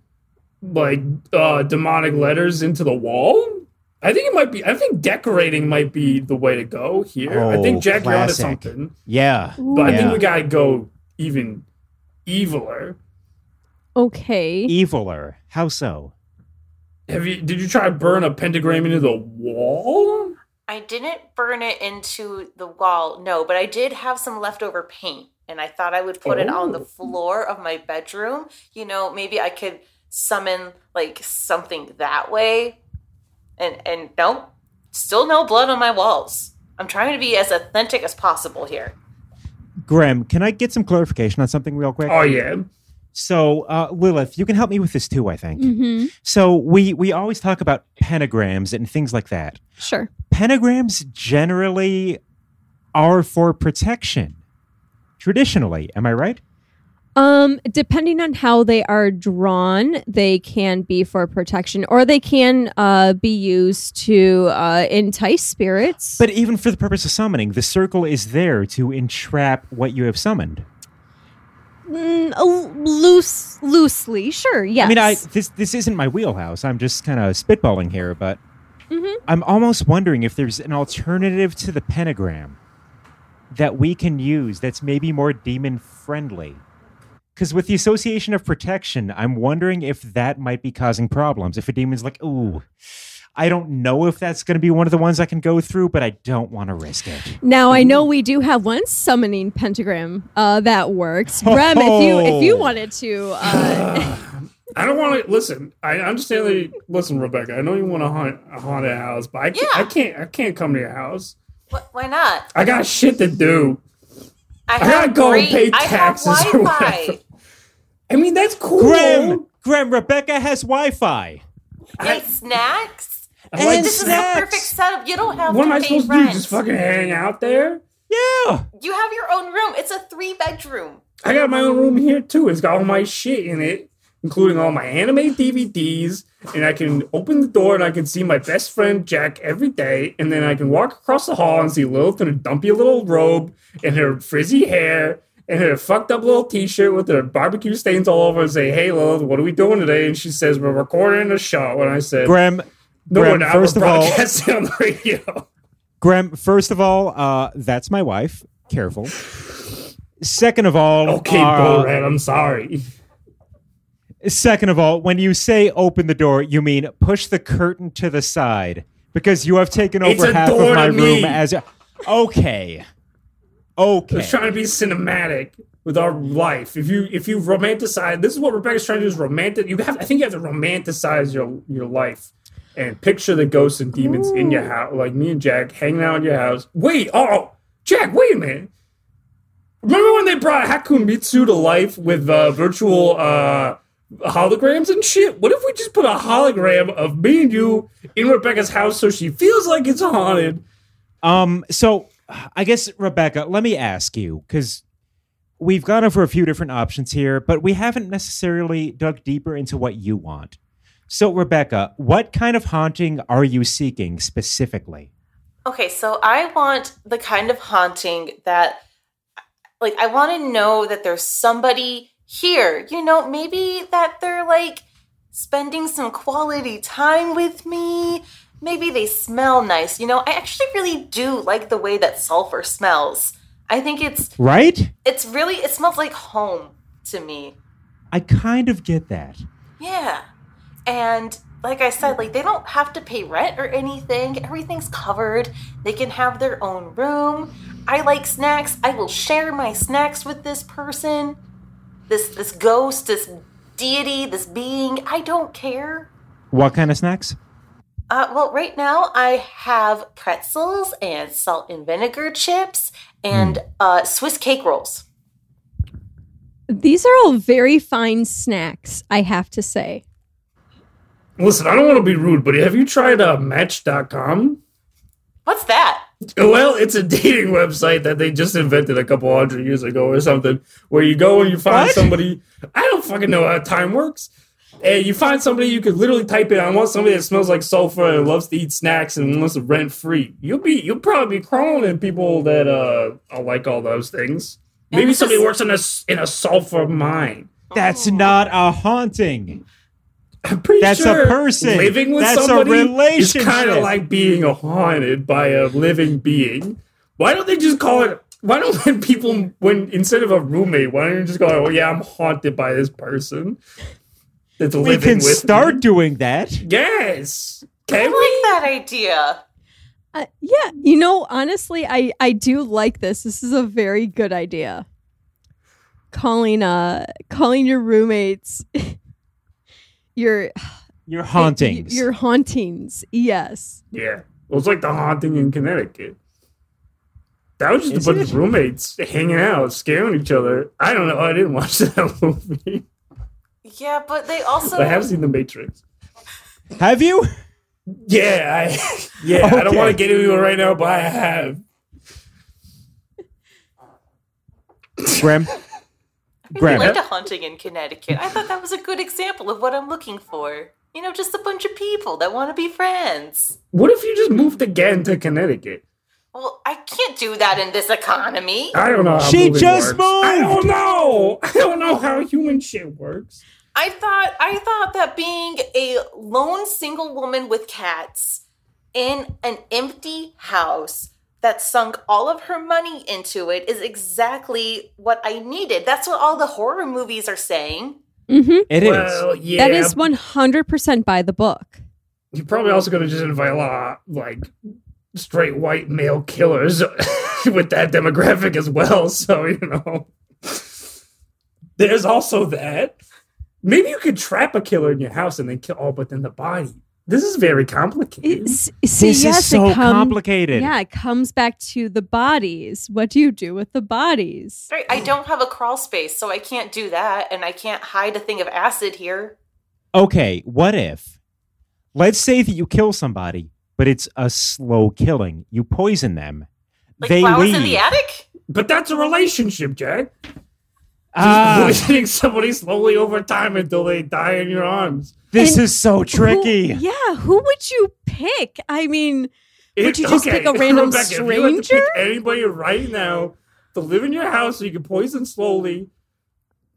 [SPEAKER 3] like uh demonic letters into the wall? I think it might be I think decorating might be the way to go here. I
[SPEAKER 4] Oh,
[SPEAKER 3] think Jack you're onto
[SPEAKER 4] classic.
[SPEAKER 3] something.
[SPEAKER 4] Yeah.
[SPEAKER 3] But I
[SPEAKER 4] Yeah.
[SPEAKER 3] think we gotta go even eviler.
[SPEAKER 4] E-
[SPEAKER 2] okay.
[SPEAKER 4] Eviler. How so?
[SPEAKER 3] Have you did you try to burn a pentagram into the wall?
[SPEAKER 6] I didn't burn it into the wall, no, but I did have some leftover paint and I thought I would put it on the
[SPEAKER 3] Oh.
[SPEAKER 6] floor of my bedroom. You know, maybe I could summon like something that way. And and nope. Still no blood on my walls. I'm trying to be as authentic as possible here.
[SPEAKER 4] Graham, can I get some clarification on something real quick?
[SPEAKER 3] Oh yeah.
[SPEAKER 4] So, uh, Lilith, you can help me with this too, I think.
[SPEAKER 2] Mm-hmm.
[SPEAKER 4] So, we, we always talk about pentagrams and things like that.
[SPEAKER 2] Sure.
[SPEAKER 4] pentagrams generally are for protection traditionally am i right
[SPEAKER 2] Um, depending on how they are drawn, they can be for protection, or they can uh, be used to uh, entice spirits.
[SPEAKER 4] but even for the purpose of summoning the circle is there to entrap what you have summoned
[SPEAKER 2] Mm, a l- loose, loosely, sure. Yes.
[SPEAKER 4] i mean i this this isn't my wheelhouse i'm just kind of spitballing here but
[SPEAKER 6] Mm-hmm.
[SPEAKER 4] i'm almost wondering if there's an alternative to the pentagram that we can use that's maybe more demon friendly because with the association of protection, I'm wondering if that might be causing problems. If a demon's like, ooh, I don't know if that's going to be one of the ones I can go through, but I don't want to risk it.
[SPEAKER 2] Now I know we do have one summoning pentagram uh, that
[SPEAKER 4] (laughs)
[SPEAKER 2] works. Rem, if you if you
[SPEAKER 4] Oh.
[SPEAKER 2] wanted to, uh,
[SPEAKER 3] I don't want to listen. I understand that. You, listen, Rebecca. I know you want to haunt a haunted house, but I can't, I
[SPEAKER 6] Yeah.
[SPEAKER 3] can't. I can't come to your house.
[SPEAKER 6] What, why not?
[SPEAKER 3] I got shit to do.
[SPEAKER 6] I,
[SPEAKER 3] gotta
[SPEAKER 6] have
[SPEAKER 3] go and
[SPEAKER 6] great,
[SPEAKER 3] pay
[SPEAKER 6] I have
[SPEAKER 3] taxes or
[SPEAKER 6] Wi-Fi.
[SPEAKER 3] whatever. I mean, that's cool.
[SPEAKER 4] Graham, Graham, Rebecca has Wi Fi.
[SPEAKER 6] And snacks.
[SPEAKER 3] I'm like,
[SPEAKER 4] And
[SPEAKER 6] This is the perfect
[SPEAKER 4] snacks.
[SPEAKER 6] setup. You don't have
[SPEAKER 3] what
[SPEAKER 6] to
[SPEAKER 3] am I
[SPEAKER 6] pay
[SPEAKER 3] supposed
[SPEAKER 6] rent.
[SPEAKER 3] to do? Just fucking hang out there?
[SPEAKER 4] Yeah.
[SPEAKER 6] You have your own room. It's a three bedroom.
[SPEAKER 3] I got my own room here too. It's got all my shit in it, including all my anime DVDs, and I can open the door and I can see my best friend Jack every day, and then I can walk across the hall and see Lilith in her dumpy little robe and her frizzy hair and her fucked up little t-shirt with her barbecue stains all over and say, Hey Lilith, what are we doing today? And she says, We're recording a show. And I said,
[SPEAKER 4] Graham,
[SPEAKER 3] No
[SPEAKER 4] Graham,
[SPEAKER 3] one ever
[SPEAKER 4] first of all-
[SPEAKER 3] broadcast it on the radio. (laughs)
[SPEAKER 4] Graham, first of all, uh, that's my wife. Careful. Second of all,
[SPEAKER 3] okay,
[SPEAKER 4] uh,
[SPEAKER 3] Borat, I'm sorry.
[SPEAKER 4] Second of all, when you say open the door, you mean push the curtain to the side because you have taken
[SPEAKER 3] It's
[SPEAKER 4] over
[SPEAKER 3] a
[SPEAKER 4] half of
[SPEAKER 3] door
[SPEAKER 4] my
[SPEAKER 3] to
[SPEAKER 4] room
[SPEAKER 3] me.
[SPEAKER 4] as a- okay.
[SPEAKER 3] I
[SPEAKER 4] Okay.
[SPEAKER 3] was trying to be cinematic with our life. If you if you romanticize, this is what Rebecca's trying to do is romantic. You have I think you have to romanticize your your life and picture the ghosts and demons in your house, like me and Jack hanging out in your house. Wait, oh, Jack, wait a minute. Remember when they brought Hakumitsu to life with uh, virtual uh, holograms and shit? What if we just put a hologram of me and you in Rebecca's house so she feels like it's haunted?
[SPEAKER 4] Um, so I guess Rebecca, let me ask you because we've gone over a few different options here, but we haven't necessarily dug deeper into what you want. So, Rebecca, what kind of haunting are you seeking specifically?
[SPEAKER 6] Okay, so I want the kind of haunting that, like, I want to know that there's somebody here. You know, maybe that they're like spending some quality time with me. Maybe they smell nice. You know, I actually really do like the way that sulfur smells. I think it's
[SPEAKER 4] Right?
[SPEAKER 6] it's really it smells like home to me.
[SPEAKER 4] I kind of get that.
[SPEAKER 6] Yeah. And like I said, like they don't have to pay rent or anything. Everything's covered. They can have their own room. I like snacks. I will share my snacks with this person. This this ghost, this deity, this being. I don't care.
[SPEAKER 4] What kind of snacks?
[SPEAKER 6] Uh, well, right now I have pretzels and salt and vinegar chips and
[SPEAKER 3] Hmm.
[SPEAKER 6] uh, Swiss cake rolls.
[SPEAKER 2] These are all very fine snacks, I have to say.
[SPEAKER 3] Listen, I don't want to be rude, but have you tried uh, Match.com?
[SPEAKER 6] What's that?
[SPEAKER 3] Well, it's a dating (laughs) website that they just invented a couple hundred years ago or something, where you go and you find
[SPEAKER 4] What?
[SPEAKER 3] somebody. I don't fucking know how time works. And you find somebody you could literally type in. I want somebody that smells like sulfur and loves to eat snacks and wants to rent free. You'll be you'll probably be crawling in people that uh are like all those things.
[SPEAKER 6] And
[SPEAKER 3] Maybe
[SPEAKER 6] this
[SPEAKER 3] somebody
[SPEAKER 6] is-
[SPEAKER 3] works in a s- in a sulfur mine.
[SPEAKER 4] That's
[SPEAKER 3] Oh.
[SPEAKER 4] not a haunting.
[SPEAKER 3] I'm pretty
[SPEAKER 4] That's a
[SPEAKER 3] sure
[SPEAKER 4] person.
[SPEAKER 3] Living with
[SPEAKER 4] That's a
[SPEAKER 3] somebody
[SPEAKER 4] relationship.
[SPEAKER 3] is kind of like being haunted by a living being. Why don't they just call it? Why don't (laughs) when people when instead of a roommate, why don't you just go? Oh yeah, I'm haunted by this person. That's
[SPEAKER 4] We
[SPEAKER 3] living
[SPEAKER 4] can
[SPEAKER 3] with
[SPEAKER 4] start
[SPEAKER 3] Me.
[SPEAKER 4] doing that.
[SPEAKER 3] Yes,
[SPEAKER 6] I
[SPEAKER 3] can we?
[SPEAKER 6] like that idea.
[SPEAKER 2] Uh, yeah, you know, honestly, I I do like this. This is a very good idea. Calling uh calling your roommates (laughs) your
[SPEAKER 4] Your hauntings.
[SPEAKER 2] Your hauntings. Yes.
[SPEAKER 3] Yeah, well, it's like the haunting in Connecticut. That was just
[SPEAKER 4] Is
[SPEAKER 3] a bunch
[SPEAKER 4] it?
[SPEAKER 3] of roommates hanging out, scaring each other. I don't know. I didn't watch (laughs) that movie.
[SPEAKER 6] Yeah, but they also
[SPEAKER 3] But I have seen The Matrix.
[SPEAKER 4] Have
[SPEAKER 3] (laughs)
[SPEAKER 4] you?
[SPEAKER 3] Yeah, (laughs) I, yeah. I don't
[SPEAKER 4] Okay.
[SPEAKER 3] want to get into it right now, but I have.
[SPEAKER 4] Graham?
[SPEAKER 6] I
[SPEAKER 4] Graham.
[SPEAKER 6] liked a haunting in Connecticut. I thought that was a good example of what I'm looking for. You know, just a bunch of people that want to be friends.
[SPEAKER 3] What if you just moved again to Connecticut?
[SPEAKER 6] Well, I can't do that in this economy.
[SPEAKER 3] I don't know. How
[SPEAKER 4] She
[SPEAKER 3] moving
[SPEAKER 4] just
[SPEAKER 3] works. I
[SPEAKER 4] moved!
[SPEAKER 3] don't know. (laughs) I don't know how human shit works.
[SPEAKER 6] I thought I thought that being a lone single woman with cats in an empty house that sunk all of her money into it is exactly what I needed. That's what all the horror movies are saying.
[SPEAKER 2] Mm-hmm.
[SPEAKER 4] It is.
[SPEAKER 3] well, yeah.
[SPEAKER 2] That is 100% by the book.
[SPEAKER 3] You're probably also going to just invite a lot of, like straight white male killers (laughs) with that demographic as well. (laughs) So you know, there's also that. Maybe you could trap a killer in your house and then kill. Oh, but then the body. This is very complicated.
[SPEAKER 2] It's, see,
[SPEAKER 4] This
[SPEAKER 2] yes,
[SPEAKER 4] is so
[SPEAKER 2] it come-
[SPEAKER 4] complicated.
[SPEAKER 2] Yeah, it comes back to the bodies. What do you do with the bodies?
[SPEAKER 6] Right, I don't have a crawl space, so I can't do that, and I can't hide a thing of acid here.
[SPEAKER 4] okay, what if? Let's say that you kill somebody, but it's a slow killing. You poison them.
[SPEAKER 6] Like
[SPEAKER 4] they
[SPEAKER 6] flowers
[SPEAKER 4] leave.
[SPEAKER 6] in the attic?
[SPEAKER 3] But that's a relationship, Jack.
[SPEAKER 2] (laughs)
[SPEAKER 4] Ah,
[SPEAKER 3] Just poisoning somebody slowly over time until they die in your arms.
[SPEAKER 4] this
[SPEAKER 2] And
[SPEAKER 4] is so tricky.
[SPEAKER 2] Who- yeah, who would you pick? I mean, Would
[SPEAKER 3] It-
[SPEAKER 2] you just pick a random
[SPEAKER 3] Rebecca, if you had to
[SPEAKER 2] stranger?
[SPEAKER 3] pick anybody right now to live in your house so you can poison slowly,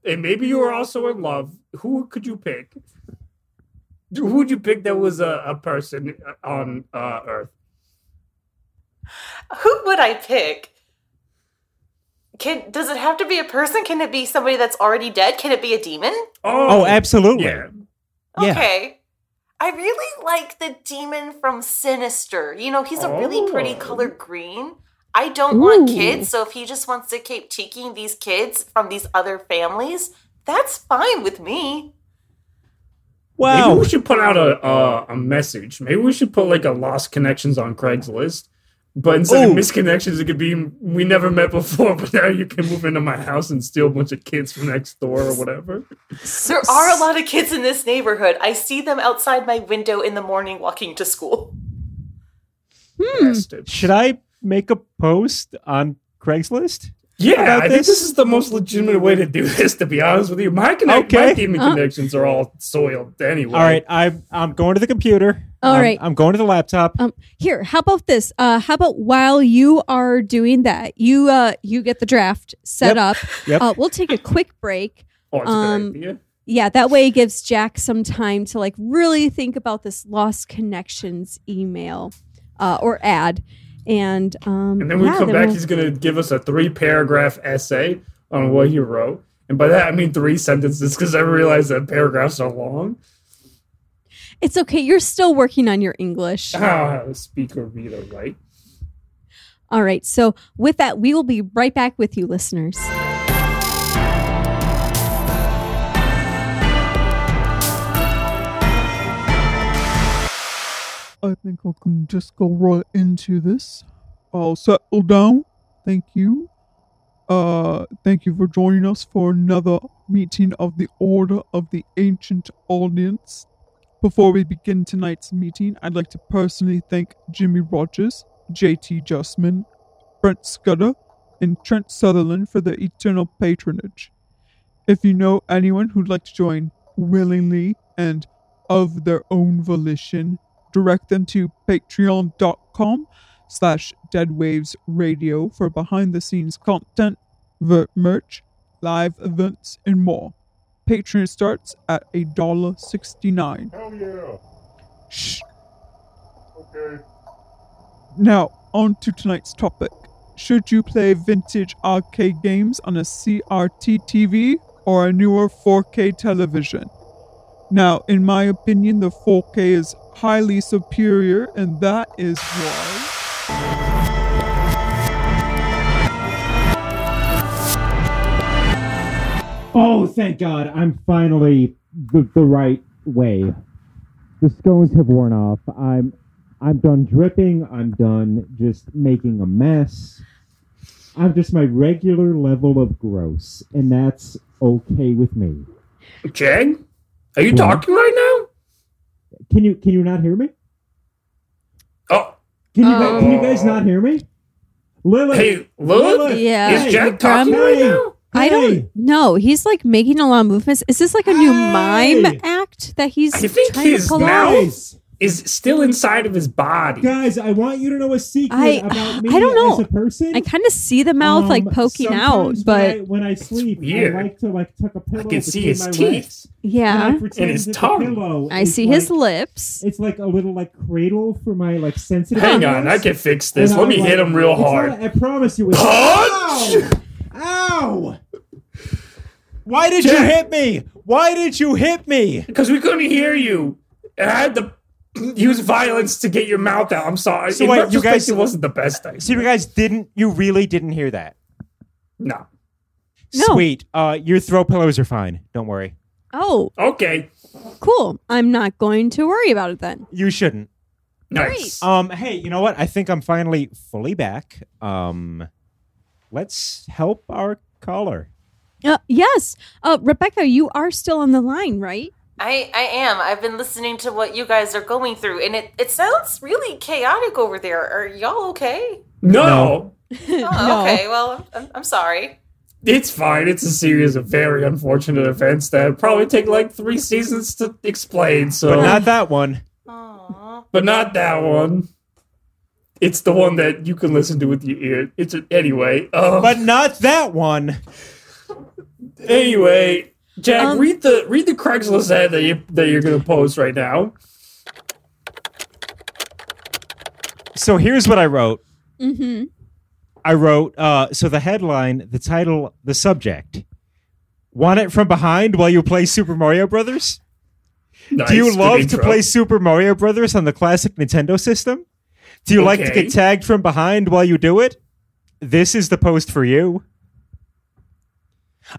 [SPEAKER 3] and maybe you were also in love, who could you pick? Who would you pick that was a, a person on uh, Earth?
[SPEAKER 6] Who would I pick? Can does it have to be a person? Can it be somebody that's already dead? Can it be a demon?
[SPEAKER 4] Oh, absolutely.
[SPEAKER 3] Yeah.
[SPEAKER 4] Yeah.
[SPEAKER 6] Okay. I really like the demon from Sinister. You know, he's a really pretty
[SPEAKER 3] Oh.
[SPEAKER 6] color green. I don't want
[SPEAKER 2] Ooh.
[SPEAKER 6] kids, so if he just wants to keep taking these kids from these other families, that's fine with me.
[SPEAKER 4] Wow.
[SPEAKER 3] Maybe we should put out a uh, a message. Maybe we should put like a lost connections on Craigslist. But instead
[SPEAKER 4] Ooh.
[SPEAKER 3] of misconnections, it could be we never met before, (laughs) but now you can move into my house and steal a bunch of kids from next door or whatever.
[SPEAKER 6] There are a lot of kids in this neighborhood. I see them outside my window in the morning walking to school.
[SPEAKER 2] hmm,
[SPEAKER 3] Bastard.
[SPEAKER 4] Should I make a post on Craigslist?
[SPEAKER 3] Yeah,
[SPEAKER 4] about
[SPEAKER 3] I think
[SPEAKER 4] this?
[SPEAKER 3] this is the most legitimate way to do (laughs) this. To be honest with you, my connect, my
[SPEAKER 4] Okay. Uh-huh.
[SPEAKER 3] gaming
[SPEAKER 2] Uh.
[SPEAKER 3] connections are all soiled anyway.
[SPEAKER 4] All right, I'm I'm going to the computer.
[SPEAKER 2] All
[SPEAKER 4] All
[SPEAKER 2] right.
[SPEAKER 4] I'm going to the laptop.
[SPEAKER 2] Um,
[SPEAKER 5] Here, how about this? Uh, how about while you are doing that, you uh, you get the draft set
[SPEAKER 4] Yep.
[SPEAKER 5] up.
[SPEAKER 4] Yep.
[SPEAKER 5] Uh, we'll take a quick break.
[SPEAKER 3] oh, it's
[SPEAKER 2] Um,
[SPEAKER 3] a good idea.
[SPEAKER 2] yeah, that way it gives Jack some time to like really think about this lost connections email uh, or ad, and um,
[SPEAKER 3] And then we
[SPEAKER 2] yeah,
[SPEAKER 3] come back.
[SPEAKER 2] we'll-
[SPEAKER 3] He's gonna give us a three paragraph essay on what he wrote, and by that I mean three sentences because I realize that paragraphs are long.
[SPEAKER 2] It's okay. You're still working on your English.
[SPEAKER 3] How have a speaker reader right?
[SPEAKER 2] All right. So with that, we will be right back with you, listeners.
[SPEAKER 7] I think I can just go right into this. I'll settle down. Thank you. Uh, thank you for joining us for another meeting of the Order of the Ancient Audience. Before we begin tonight's meeting, I'd like to personally thank Jimmy Rogers, JT Justman, Brent Scudder, and Trent Sutherland for their eternal patronage. If you know anyone who'd like to join willingly and of their own volition, direct them to patreon.com slash deadwaves radio for behind the scenes content vert merch live events and more patreon starts at a dollar 69
[SPEAKER 8] Hell yeah.
[SPEAKER 7] Shh.
[SPEAKER 8] Okay.
[SPEAKER 7] now on to tonight's topic should you play vintage arcade games on a crt tv or a newer 4k television now in my opinion the 4k is highly superior and that is why
[SPEAKER 4] Oh, thank God! I'm finally the, the right way. The scones have worn off. I'm I'm done dripping. I'm done just making a mess. I'm just my regular level of gross, and that's okay with me.
[SPEAKER 3] Jag, are you
[SPEAKER 4] Yeah.
[SPEAKER 3] talking right
[SPEAKER 4] Can you can you not hear me?
[SPEAKER 3] now? Oh,
[SPEAKER 4] Can you, guys, can you
[SPEAKER 3] Um.
[SPEAKER 4] guys not hear me? Lily,
[SPEAKER 3] hey, Lilith,
[SPEAKER 2] Yeah.
[SPEAKER 3] is Jack talking
[SPEAKER 4] Hey.
[SPEAKER 3] right now?
[SPEAKER 5] I don't know. He's like making a lot of movements. Is this like a new mime
[SPEAKER 4] Hey!
[SPEAKER 5] act that he's
[SPEAKER 3] I think
[SPEAKER 5] trying
[SPEAKER 3] his
[SPEAKER 5] to pull
[SPEAKER 3] mouth-
[SPEAKER 5] off?
[SPEAKER 4] Guys,
[SPEAKER 3] Is still inside of his body.
[SPEAKER 4] guys, I want you to know a secret
[SPEAKER 5] I-
[SPEAKER 4] about me
[SPEAKER 5] I don't know.
[SPEAKER 4] as a person.
[SPEAKER 5] I kind of see the mouth like
[SPEAKER 4] Um,
[SPEAKER 5] poking out,
[SPEAKER 4] sometimes
[SPEAKER 5] but
[SPEAKER 4] when I, when I sleep, I
[SPEAKER 3] weird.
[SPEAKER 4] like to like tuck a pillow.
[SPEAKER 3] can see
[SPEAKER 4] between
[SPEAKER 3] his
[SPEAKER 4] my
[SPEAKER 3] teeth.
[SPEAKER 4] legs, and I
[SPEAKER 5] yeah,
[SPEAKER 4] pretend
[SPEAKER 3] And his
[SPEAKER 4] that the
[SPEAKER 3] tongue.
[SPEAKER 4] pillow
[SPEAKER 5] I
[SPEAKER 4] is,
[SPEAKER 5] see
[SPEAKER 4] like-
[SPEAKER 5] his lips.
[SPEAKER 4] It's like a little like cradle for my like sensitive.
[SPEAKER 3] Hang
[SPEAKER 4] areas.
[SPEAKER 3] on, I can fix this.
[SPEAKER 4] And
[SPEAKER 3] Let
[SPEAKER 4] I'm
[SPEAKER 3] me
[SPEAKER 4] like-
[SPEAKER 3] hit him real
[SPEAKER 4] it's
[SPEAKER 3] hard.
[SPEAKER 4] not- I promise you. It's,
[SPEAKER 3] Punch!
[SPEAKER 4] Ow! Ow! Why did you hit me? Why did you hit me?
[SPEAKER 3] Because we couldn't hear you. And I had to (clears throat) use violence to get your mouth out. I'm sorry.
[SPEAKER 4] So
[SPEAKER 3] In
[SPEAKER 4] wait, you guys-
[SPEAKER 3] retrospect, it wasn't the best idea.
[SPEAKER 4] So you guys didn't. You really didn't hear that.
[SPEAKER 3] No.
[SPEAKER 5] No.
[SPEAKER 4] Sweet. Uh, your throw pillows are fine. Don't worry.
[SPEAKER 2] Oh,
[SPEAKER 3] Okay.
[SPEAKER 2] cool. I'm not going to worry about it then.
[SPEAKER 4] You shouldn't.
[SPEAKER 3] Nice.
[SPEAKER 4] Um, hey, you know what? I think I'm finally fully back. Um, let's help our caller.
[SPEAKER 2] Uh, yes. Uh, Rebecca, you are still on the line, right?
[SPEAKER 6] I, I am. I've been listening to what you guys are going through, and it, it sounds really chaotic over there. Are y'all okay?
[SPEAKER 3] No.
[SPEAKER 4] No.
[SPEAKER 6] Oh, okay. Well, I'm, I'm sorry.
[SPEAKER 3] It's fine. It's a series of very unfortunate events that probably take like three seasons to explain. So,
[SPEAKER 4] But not that one.
[SPEAKER 6] Aw.
[SPEAKER 3] but not that one. It's the one that you can listen to with your ear. It's a, anyway. Um,
[SPEAKER 4] But not that one.
[SPEAKER 3] anyway, Jack,
[SPEAKER 2] Um,
[SPEAKER 3] read the read the Craigslist ad that you that you're gonna post right now.
[SPEAKER 4] So here's what I wrote.
[SPEAKER 2] Mm-hmm.
[SPEAKER 4] I wrote uh, so the headline, the title, the subject. Want it from behind while you play Super Mario Brothers?
[SPEAKER 3] Nice,
[SPEAKER 4] Do you
[SPEAKER 3] good
[SPEAKER 4] love to
[SPEAKER 3] intro.
[SPEAKER 4] play Super Mario Brothers on the classic Nintendo system? Do you like to
[SPEAKER 3] Okay.
[SPEAKER 4] get tagged from behind while you do it? This is the post for you.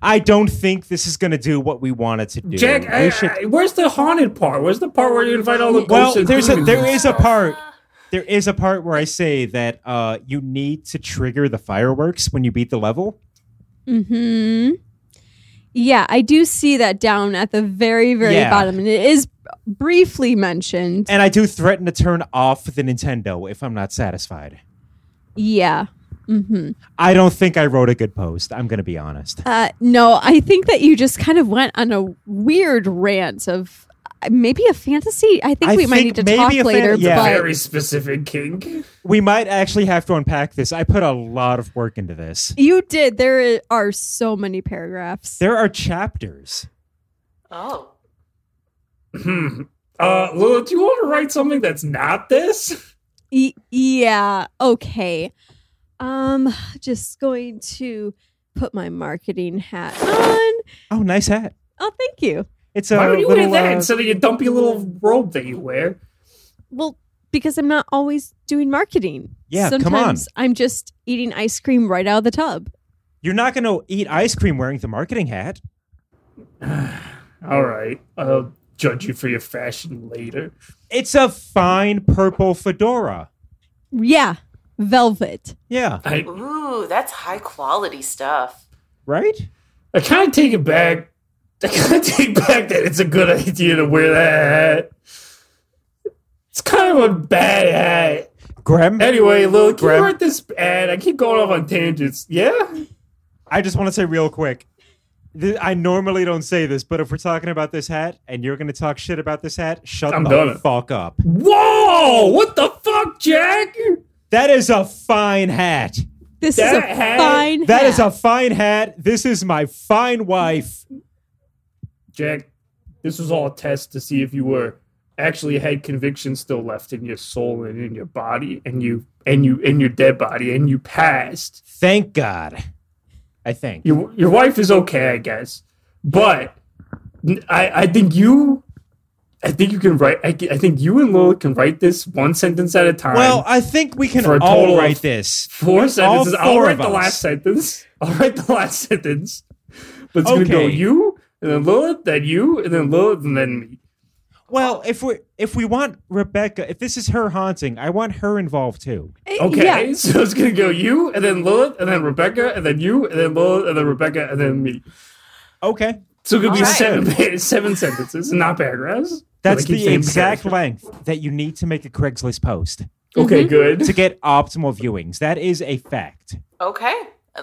[SPEAKER 4] I don't think this is going to do what we want it to do.
[SPEAKER 3] Jack,
[SPEAKER 4] We
[SPEAKER 3] I-
[SPEAKER 4] should-
[SPEAKER 3] I- where's the haunted part? Where's the part where you invite all the ghosts?
[SPEAKER 4] well,
[SPEAKER 3] and
[SPEAKER 4] there's a
[SPEAKER 3] demons?
[SPEAKER 4] there is a part there is a part where I say that uh, you need to trigger the fireworks when you beat the level.
[SPEAKER 2] Mm-hmm. Yeah, I do see that down at the very, very
[SPEAKER 4] Yeah.
[SPEAKER 2] bottom, and it is briefly mentioned.
[SPEAKER 4] And I do threaten to turn off the Nintendo if I'm not satisfied.
[SPEAKER 2] Yeah. Mm-hmm.
[SPEAKER 4] I don't think I wrote a good post. I'm going to be honest.
[SPEAKER 2] Uh, no, I think that you just kind of went on a weird rant of uh, maybe a fantasy. I think
[SPEAKER 4] I
[SPEAKER 2] we might
[SPEAKER 4] think
[SPEAKER 2] need to
[SPEAKER 4] maybe
[SPEAKER 2] talk
[SPEAKER 4] a fan-
[SPEAKER 2] later.
[SPEAKER 4] yeah.
[SPEAKER 2] but
[SPEAKER 3] Very specific kink.
[SPEAKER 4] We might actually have to unpack this. I put a lot of work into this.
[SPEAKER 2] You did. There are so many paragraphs.
[SPEAKER 4] There are chapters.
[SPEAKER 6] Oh.
[SPEAKER 3] Hmm. Uh, Lilith, do you want to write something that's not this?
[SPEAKER 2] Y- E, yeah. Okay. Um, just going to put my marketing hat on.
[SPEAKER 4] Oh, nice hat.
[SPEAKER 2] Oh, thank you.
[SPEAKER 4] It's a
[SPEAKER 3] Why would you
[SPEAKER 4] little,
[SPEAKER 3] wear that
[SPEAKER 4] uh,
[SPEAKER 3] instead of your dumpy little robe that you wear?
[SPEAKER 2] Well, because I'm not always doing marketing.
[SPEAKER 4] Yeah, come on.
[SPEAKER 2] Sometimes I'm just eating ice cream right out of the tub.
[SPEAKER 4] You're not going to eat ice cream wearing the marketing hat.
[SPEAKER 3] All right. I'll judge you for your fashion later.
[SPEAKER 4] It's a fine purple fedora.
[SPEAKER 2] Yeah, velvet.
[SPEAKER 4] Yeah,
[SPEAKER 3] I,
[SPEAKER 6] Ooh, that's high quality stuff.
[SPEAKER 4] right?
[SPEAKER 3] I kind of take it back. I kind of take back that it's a good idea to wear that hat. It's kind of a bad hat.
[SPEAKER 4] Graham,
[SPEAKER 3] Anyway, Lil, can you
[SPEAKER 4] Graham,
[SPEAKER 3] write this ad? I keep going off on tangents. Yeah?
[SPEAKER 4] I just want to say real quick. th- I normally don't say this, but if we're talking about this hat and you're going to talk shit about this hat, shut
[SPEAKER 3] I'm
[SPEAKER 4] the
[SPEAKER 3] gonna.
[SPEAKER 4] fuck up.
[SPEAKER 3] Whoa! What the fuck, Jack?
[SPEAKER 4] That is a fine hat.
[SPEAKER 2] This is
[SPEAKER 3] That
[SPEAKER 2] a
[SPEAKER 3] hat-
[SPEAKER 2] fine.
[SPEAKER 4] That is
[SPEAKER 2] hat.
[SPEAKER 4] a fine hat. This is my fine wife.
[SPEAKER 3] Jack, this was all a test to see if you were actually had conviction still left in your soul and in your body and you and you in your dead body and you passed.
[SPEAKER 4] Thank God. I think.
[SPEAKER 3] your your wife is okay, I guess, but I I think you. I think you can write. I, ca- I think you and Lilith can write this one sentence at a time.
[SPEAKER 4] Well, I think we can
[SPEAKER 3] For a total
[SPEAKER 4] all
[SPEAKER 3] of-
[SPEAKER 4] write this.
[SPEAKER 3] four sentences. i I'll
[SPEAKER 4] four
[SPEAKER 3] write
[SPEAKER 4] of
[SPEAKER 3] the
[SPEAKER 4] us.
[SPEAKER 3] last sentence. I'll write the last sentence. But it's gonna go
[SPEAKER 4] Okay.
[SPEAKER 3] you, and then Lilith, then you, and then Lilith, and then me.
[SPEAKER 4] Well, if we if we want Rebecca, if this is her haunting, I want her involved too.
[SPEAKER 2] Uh,
[SPEAKER 3] Okay,
[SPEAKER 2] Yeah.
[SPEAKER 3] (laughs) so it's gonna go you, and then Lilith, and then Rebecca, and then you, and then Lilith, and then Rebecca, and then me.
[SPEAKER 4] Okay.
[SPEAKER 3] So it'll be
[SPEAKER 6] All right.
[SPEAKER 3] seven (laughs) pa- seven sentences, not paragraphs.
[SPEAKER 4] That's
[SPEAKER 3] I keep
[SPEAKER 4] the
[SPEAKER 3] saying
[SPEAKER 4] exact
[SPEAKER 3] paragraphs.
[SPEAKER 4] length that you need to make a Craigslist post
[SPEAKER 3] Okay, good.
[SPEAKER 4] to get optimal viewings. That is a fact.
[SPEAKER 6] Okay.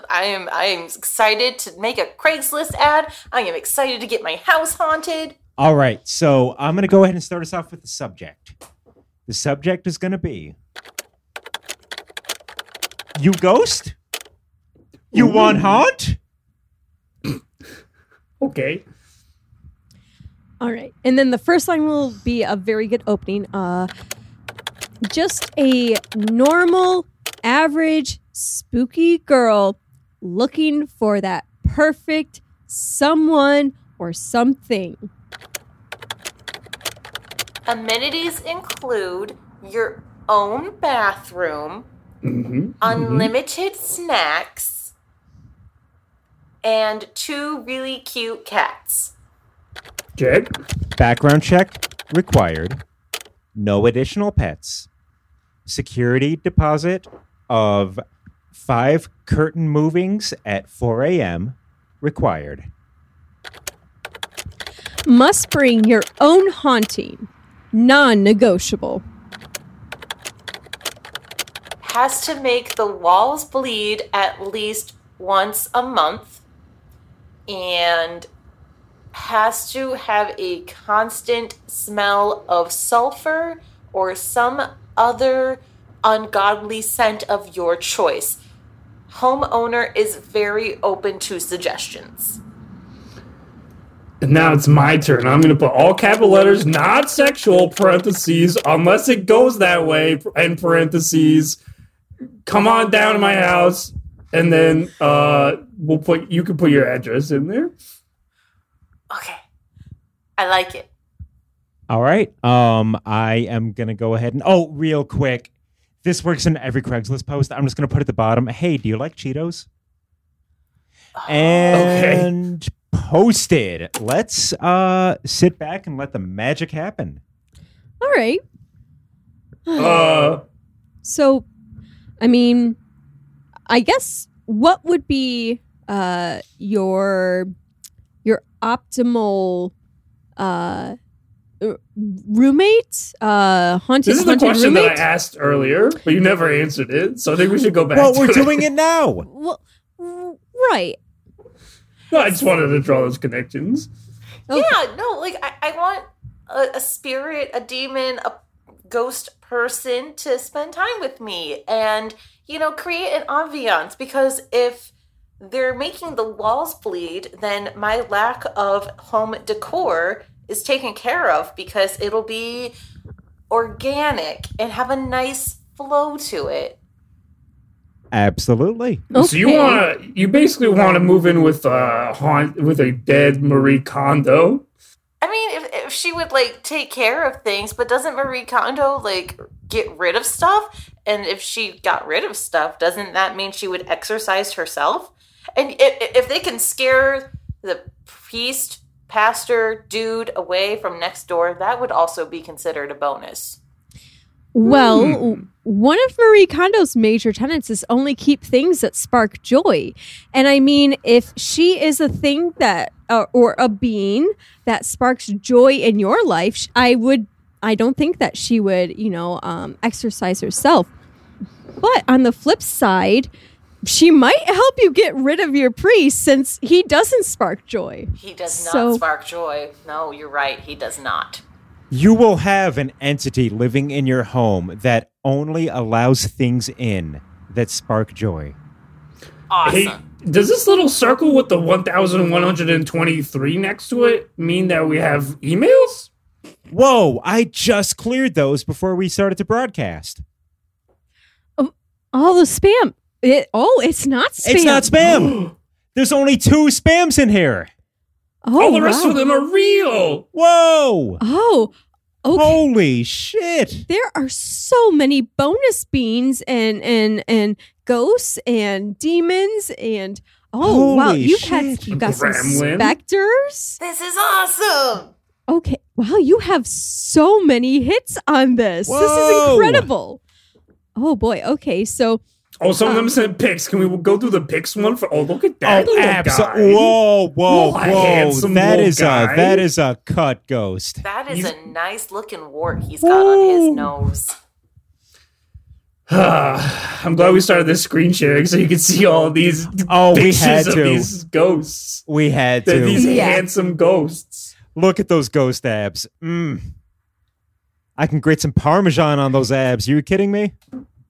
[SPEAKER 6] I am I am excited to make a Craigslist ad. I am excited to get my house haunted.
[SPEAKER 4] All right. So I'm going to go ahead and start us off with the subject. The subject is going to be You ghost? You want haunt?
[SPEAKER 3] Okay.
[SPEAKER 2] All right. And then the first line will be a very good opening. Uh just a normal, average, spooky girl looking for that perfect someone or something.
[SPEAKER 6] Amenities include your own bathroom,
[SPEAKER 3] Mm-hmm.
[SPEAKER 6] unlimited snacks, and two really cute cats.
[SPEAKER 3] Jack,
[SPEAKER 4] Background check required. No additional pets. Security deposit of five curtain movings at 4 a.m. required.
[SPEAKER 2] Must bring your own haunting. Non negotiable.
[SPEAKER 6] Has to make the walls bleed at least once a month, and has to have a constant smell of sulfur or some other ungodly scent of your choice. Homeowner is very open to suggestions.
[SPEAKER 3] And now it's my turn. I'm going to put all capital letters, not sexual, parentheses, unless it goes that way, and parentheses. Come on down to my house, and then uh, we'll put. You can put your address in there.
[SPEAKER 6] Okay. I like it.
[SPEAKER 4] All right. Um, I am gonna go ahead and oh, real quick. This works in every Craigslist post. I'm just gonna put at the bottom. Hey, do you like Cheetos? And posted. Let's uh sit back and let the magic happen.
[SPEAKER 2] All right.
[SPEAKER 3] Uh,
[SPEAKER 2] So, I mean, I guess what would be uh, your your optimal uh, uh, roommate, uh, haunted,
[SPEAKER 3] This is the
[SPEAKER 2] haunted
[SPEAKER 3] question
[SPEAKER 2] roommate.
[SPEAKER 3] that I asked earlier, but you never answered it. So I think we should go back.
[SPEAKER 4] Well,
[SPEAKER 3] to
[SPEAKER 4] we're doing it now.
[SPEAKER 2] well, r- right.
[SPEAKER 3] (laughs) No, I just wanted to draw those connections.
[SPEAKER 2] Okay.
[SPEAKER 6] Yeah, no, like I, I want a, a spirit, a demon, a ghost person to spend time with me and, you know, create an ambiance because if they're making the walls bleed, then my lack of home decor is taken care of because it'll be organic and have a nice flow to it.
[SPEAKER 4] Absolutely.
[SPEAKER 3] So you
[SPEAKER 2] Okay.
[SPEAKER 3] want to, you basically want to move in with a haunt with a dead Marie Kondo.
[SPEAKER 6] I mean, if, if she would like take care of things, but doesn't Marie Kondo like get rid of stuff? And if she got rid of stuff, doesn't that mean she would exercise herself? And if, if they can scare the priest, pastor, dude away from next door, that would also be considered a bonus.
[SPEAKER 2] Well,
[SPEAKER 3] Hmm.
[SPEAKER 2] w- one of Marie Kondo's major tenets is only keep things that spark joy. And I mean, if she is a thing that, uh, or a being that sparks joy in your life, sh- I would, I don't think that she would, you know, um, exercise herself. But on the flip side, she might help you get rid of your priest since he doesn't spark joy.
[SPEAKER 6] He does not
[SPEAKER 2] So-
[SPEAKER 6] spark joy. No, you're right. He does not.
[SPEAKER 4] You will have an entity living in your home that only allows things in that spark joy.
[SPEAKER 3] Hey,
[SPEAKER 6] Awesome.
[SPEAKER 3] does this little circle with the 1123 next to it mean that we have emails? (gasps)
[SPEAKER 4] Whoa, I just cleared those before we started to broadcast.
[SPEAKER 2] All the spam. It, oh, it's not spam.
[SPEAKER 4] It's
[SPEAKER 3] (gasps)
[SPEAKER 4] not spam. There's only two spams in here.
[SPEAKER 2] Oh,
[SPEAKER 3] All the rest
[SPEAKER 2] wow.
[SPEAKER 3] of them are real.
[SPEAKER 4] Whoa.
[SPEAKER 2] Oh, okay.
[SPEAKER 4] Holy shit.
[SPEAKER 2] There are so many bonus beans and and and ghosts and demons and oh wow,
[SPEAKER 4] Holy
[SPEAKER 2] you've had
[SPEAKER 4] shit.
[SPEAKER 2] you got some
[SPEAKER 3] Gremlin.
[SPEAKER 2] specters.
[SPEAKER 6] This is awesome.
[SPEAKER 2] Okay, wow, you have so many hits on this.
[SPEAKER 4] Whoa.
[SPEAKER 2] This is incredible. Oh boy. Okay, so
[SPEAKER 3] Oh, some of them sent pics. Can we go through the pics one for? Oh, look at that
[SPEAKER 4] Oh,
[SPEAKER 3] little guy.
[SPEAKER 4] absolutely. Whoa, whoa,
[SPEAKER 3] What a
[SPEAKER 4] whoa.
[SPEAKER 3] handsome
[SPEAKER 4] That
[SPEAKER 3] little
[SPEAKER 4] is a
[SPEAKER 3] guy.
[SPEAKER 4] that is a cut ghost.
[SPEAKER 6] That is
[SPEAKER 3] You-
[SPEAKER 6] a nice looking wart he's got on his
[SPEAKER 4] Whoa.
[SPEAKER 6] nose.
[SPEAKER 3] (sighs) I'm glad we started this screen sharing so you can see all these
[SPEAKER 4] Oh, we
[SPEAKER 3] pictures
[SPEAKER 4] had
[SPEAKER 3] of
[SPEAKER 4] to.
[SPEAKER 3] these ghosts.
[SPEAKER 4] We had
[SPEAKER 3] They're These
[SPEAKER 4] to.
[SPEAKER 2] Yeah.
[SPEAKER 3] handsome ghosts.
[SPEAKER 4] Look at those ghost abs. Mm. I can grate some parmesan on those abs. you kidding me?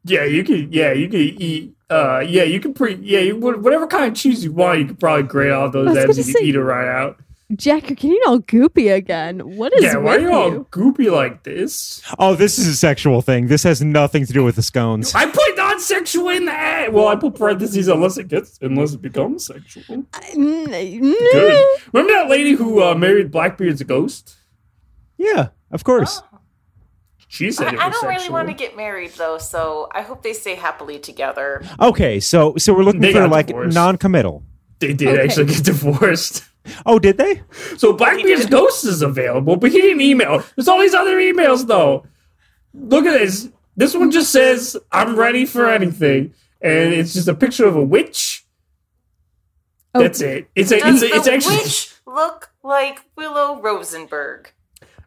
[SPEAKER 3] Yeah, you could. Yeah, you could eat. Uh, yeah, you can pre. Yeah, you, wha- whatever kind of cheese you want, you could probably grate all
[SPEAKER 2] I
[SPEAKER 3] those
[SPEAKER 2] was
[SPEAKER 3] eggs
[SPEAKER 2] gonna
[SPEAKER 3] and you could
[SPEAKER 2] say-
[SPEAKER 3] eat it right out.
[SPEAKER 2] Jack, you're getting all goopy again. What is
[SPEAKER 3] Yeah, why are
[SPEAKER 2] with
[SPEAKER 3] you all goopy like this?
[SPEAKER 4] Oh, this is a sexual thing. This has nothing to do with the scones.
[SPEAKER 3] I put non-sexual in the ad. Well, I put parentheses unless it gets unless it becomes sexual.
[SPEAKER 2] N-
[SPEAKER 3] Good.
[SPEAKER 2] (laughs)
[SPEAKER 3] Remember that lady who uh, married Blackbeard's ghost?
[SPEAKER 4] Yeah, of course.
[SPEAKER 3] She said
[SPEAKER 6] I,
[SPEAKER 3] it was
[SPEAKER 6] I don't really
[SPEAKER 3] sexual.
[SPEAKER 6] want to get married though, so I hope they stay happily together.
[SPEAKER 4] Okay, so so we're looking
[SPEAKER 3] They
[SPEAKER 4] for
[SPEAKER 3] got
[SPEAKER 4] like
[SPEAKER 3] divorced.
[SPEAKER 4] non-committal.
[SPEAKER 3] They did
[SPEAKER 2] Okay.
[SPEAKER 3] actually get divorced.
[SPEAKER 4] Oh, did they?
[SPEAKER 3] So Blackbeard's Ghost is available, but he didn't email. There's all these other emails though. Look at this. This one just says, "I'm ready for anything," and it's just a picture of a witch.
[SPEAKER 2] Oh.
[SPEAKER 3] That's it. (laughs) It's a,
[SPEAKER 6] Does
[SPEAKER 3] it's, a, it's
[SPEAKER 6] the
[SPEAKER 3] actually
[SPEAKER 6] witch look like Willow Rosenberg?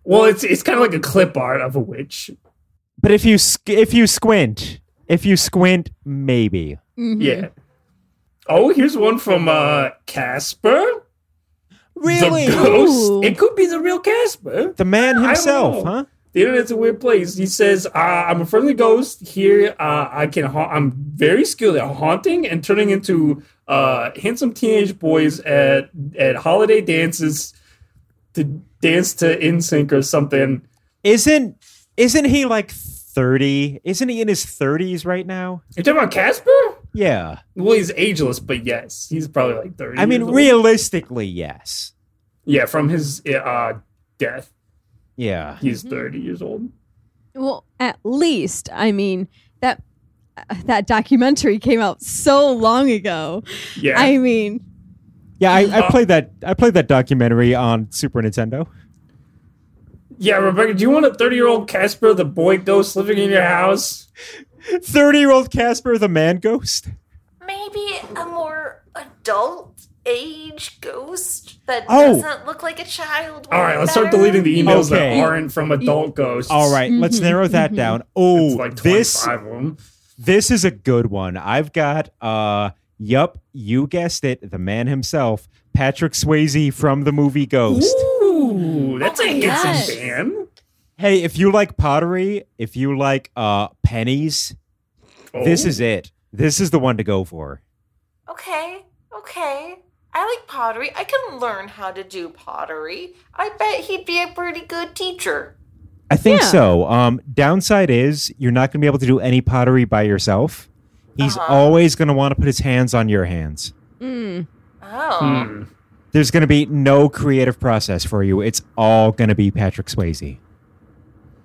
[SPEAKER 3] well, it's it's kind of like a clip art of a witch.
[SPEAKER 4] But if you squ- if you squint, if you squint, maybe.
[SPEAKER 3] Yeah. Oh, here's one from uh Casper. The ghost.
[SPEAKER 2] Ooh.
[SPEAKER 3] It could be the real Casper.
[SPEAKER 4] The man
[SPEAKER 3] don't
[SPEAKER 4] himself,
[SPEAKER 3] know.
[SPEAKER 4] huh?
[SPEAKER 3] The internet's a weird place. He says, uh, "I'm a friendly ghost here. Uh, I can. Ha- I'm very skilled at haunting and turning into uh, handsome teenage boys at at holiday dances to dance to InSync or something."
[SPEAKER 4] Isn't isn't he like 30? Isn't he in his 30s right now?
[SPEAKER 3] You talking about Casper?
[SPEAKER 4] Yeah.
[SPEAKER 3] Well, he's ageless, but yes, he's probably like thirty.
[SPEAKER 4] I mean,
[SPEAKER 3] years old.
[SPEAKER 4] realistically, yes.
[SPEAKER 3] Yeah, from his uh, death,
[SPEAKER 4] Yeah.
[SPEAKER 3] he's thirty years old.
[SPEAKER 2] Well, at least I mean that uh, that documentary came out so long ago.
[SPEAKER 3] Yeah.
[SPEAKER 2] I mean,
[SPEAKER 4] Yeah, I, I
[SPEAKER 3] Uh,
[SPEAKER 4] played that I played that documentary on Super Nintendo. (laughs)
[SPEAKER 3] Yeah, Rebecca, do you want a 30 year old Casper, the boy ghost, living in your house?
[SPEAKER 4] 30-year-old Casper the man ghost.
[SPEAKER 6] Maybe a more adult age ghost that
[SPEAKER 4] Oh.
[SPEAKER 6] doesn't look like a child.
[SPEAKER 3] All right, let's start
[SPEAKER 6] better?
[SPEAKER 3] deleting the emails
[SPEAKER 4] Okay.
[SPEAKER 3] that aren't from adult ghosts.
[SPEAKER 4] All right, let's
[SPEAKER 2] Mhm,
[SPEAKER 4] narrow that
[SPEAKER 2] mhm.
[SPEAKER 4] down. Oh,
[SPEAKER 3] Mm-hmm, It's like 25
[SPEAKER 4] this
[SPEAKER 3] of them.
[SPEAKER 4] this is a good one. I've got uh yup, you guessed it, the man himself, Patrick Swayze from the movie Ghost.
[SPEAKER 3] Ooh, that's
[SPEAKER 6] Oh
[SPEAKER 3] a
[SPEAKER 6] my
[SPEAKER 2] gosh.
[SPEAKER 3] handsome man.
[SPEAKER 4] Hey, if you like pottery, if you like uh pennies,
[SPEAKER 3] Oh.
[SPEAKER 4] this is it. This is the one to go for.
[SPEAKER 6] Okay, okay. I like pottery. I can learn how to do pottery. I bet he'd be a pretty good teacher.
[SPEAKER 4] I think
[SPEAKER 2] Yeah.
[SPEAKER 4] so. Um, downside is you're not going to be able to do any pottery by yourself. He's
[SPEAKER 6] Uh-huh.
[SPEAKER 4] always going to want to put his hands on your hands.
[SPEAKER 2] Mm.
[SPEAKER 6] Oh.
[SPEAKER 3] Hmm.
[SPEAKER 4] There's going to be no creative process for you. It's all going to be Patrick Swayze.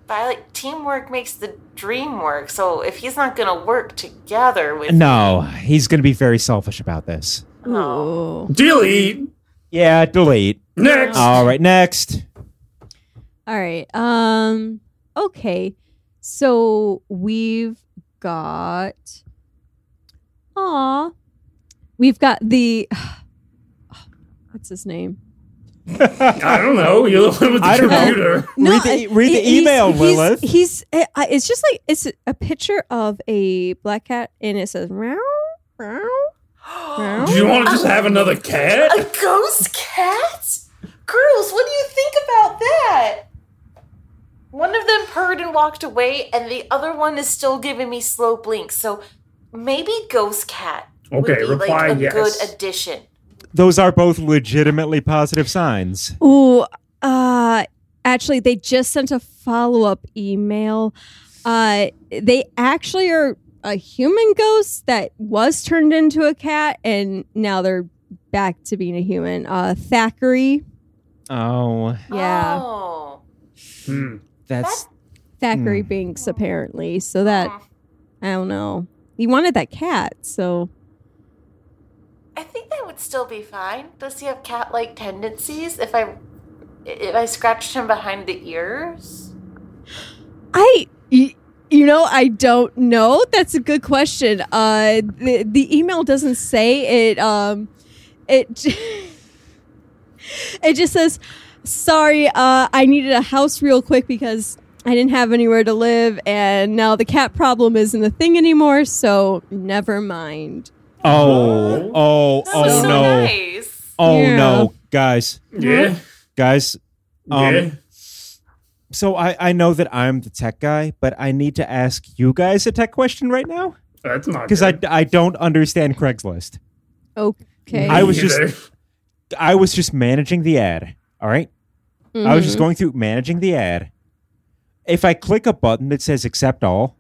[SPEAKER 6] But I like teamwork makes the dream work. So if he's not gonna work together with (gasps)
[SPEAKER 4] No, he's going to be very selfish about this.
[SPEAKER 6] Oh.
[SPEAKER 2] Ooh.
[SPEAKER 3] Delete.
[SPEAKER 4] Yeah, delete.
[SPEAKER 3] Next.
[SPEAKER 4] All right, next.
[SPEAKER 5] All right. Um okay. So we've got Aw. We've got the
[SPEAKER 2] (sighs) What's his name?
[SPEAKER 3] I don't know. You're the one with the
[SPEAKER 4] I don't know.
[SPEAKER 3] computer.
[SPEAKER 4] Read the- e,
[SPEAKER 2] e-,
[SPEAKER 5] I-
[SPEAKER 4] read the
[SPEAKER 5] he's-
[SPEAKER 4] email,
[SPEAKER 5] he's,
[SPEAKER 4] Lilith.
[SPEAKER 5] He's, uh, uh, it's just like it's a picture of a black cat, and it says meow, meow.
[SPEAKER 3] Do you want to just have another
[SPEAKER 6] Uh. a
[SPEAKER 3] cat?
[SPEAKER 6] ghost cat? Girls, what do you think about that? One of them purred and walked away, and the other one is still giving me slow blinks. So maybe ghost cat would
[SPEAKER 3] Okay,
[SPEAKER 6] be
[SPEAKER 3] reply
[SPEAKER 6] like a
[SPEAKER 3] yes.
[SPEAKER 6] good addition.
[SPEAKER 4] Those are both legitimately positive signs.
[SPEAKER 2] Ooh, uh, actually, they just sent a follow up email.
[SPEAKER 5] Uh, they actually are a human ghost that was turned into a cat, and now they're back to being a human. Uh, Thackeray,
[SPEAKER 4] Oh,
[SPEAKER 5] yeah,
[SPEAKER 6] Oh.
[SPEAKER 3] Hmm.
[SPEAKER 4] that's
[SPEAKER 5] Thackeray
[SPEAKER 4] Hmm.
[SPEAKER 5] Binks apparently. So that
[SPEAKER 6] Hmm.
[SPEAKER 5] I don't know. He wanted that cat, so
[SPEAKER 6] I think that would still be fine. Does he have cat-like tendencies? If I if I scratched him behind the ears,
[SPEAKER 2] I, y- you know, I don't know. That's a good question. Uh, the, the email doesn't say it. Um, it, (laughs) j- it just says, "Sorry, uh, I needed a house real quick because I didn't have anywhere to live, and now the cat problem isn't a thing anymore. So never mind."
[SPEAKER 4] oh, oh,
[SPEAKER 6] that was
[SPEAKER 4] oh
[SPEAKER 6] so
[SPEAKER 4] no,
[SPEAKER 6] nice.
[SPEAKER 4] oh
[SPEAKER 2] Yeah.
[SPEAKER 4] no, guys,
[SPEAKER 3] Yeah.
[SPEAKER 4] guys. Um,
[SPEAKER 3] yeah.
[SPEAKER 4] So I, I know that I'm the tech guy, but I need to ask you guys a tech question right now
[SPEAKER 3] That's not
[SPEAKER 4] because I, I don't understand Craigslist.
[SPEAKER 2] Okay.
[SPEAKER 4] I was just- I was just managing the ad. All right? I was just
[SPEAKER 3] Mm-hmm.
[SPEAKER 4] going through managing the ad. If I click a button that says accept all,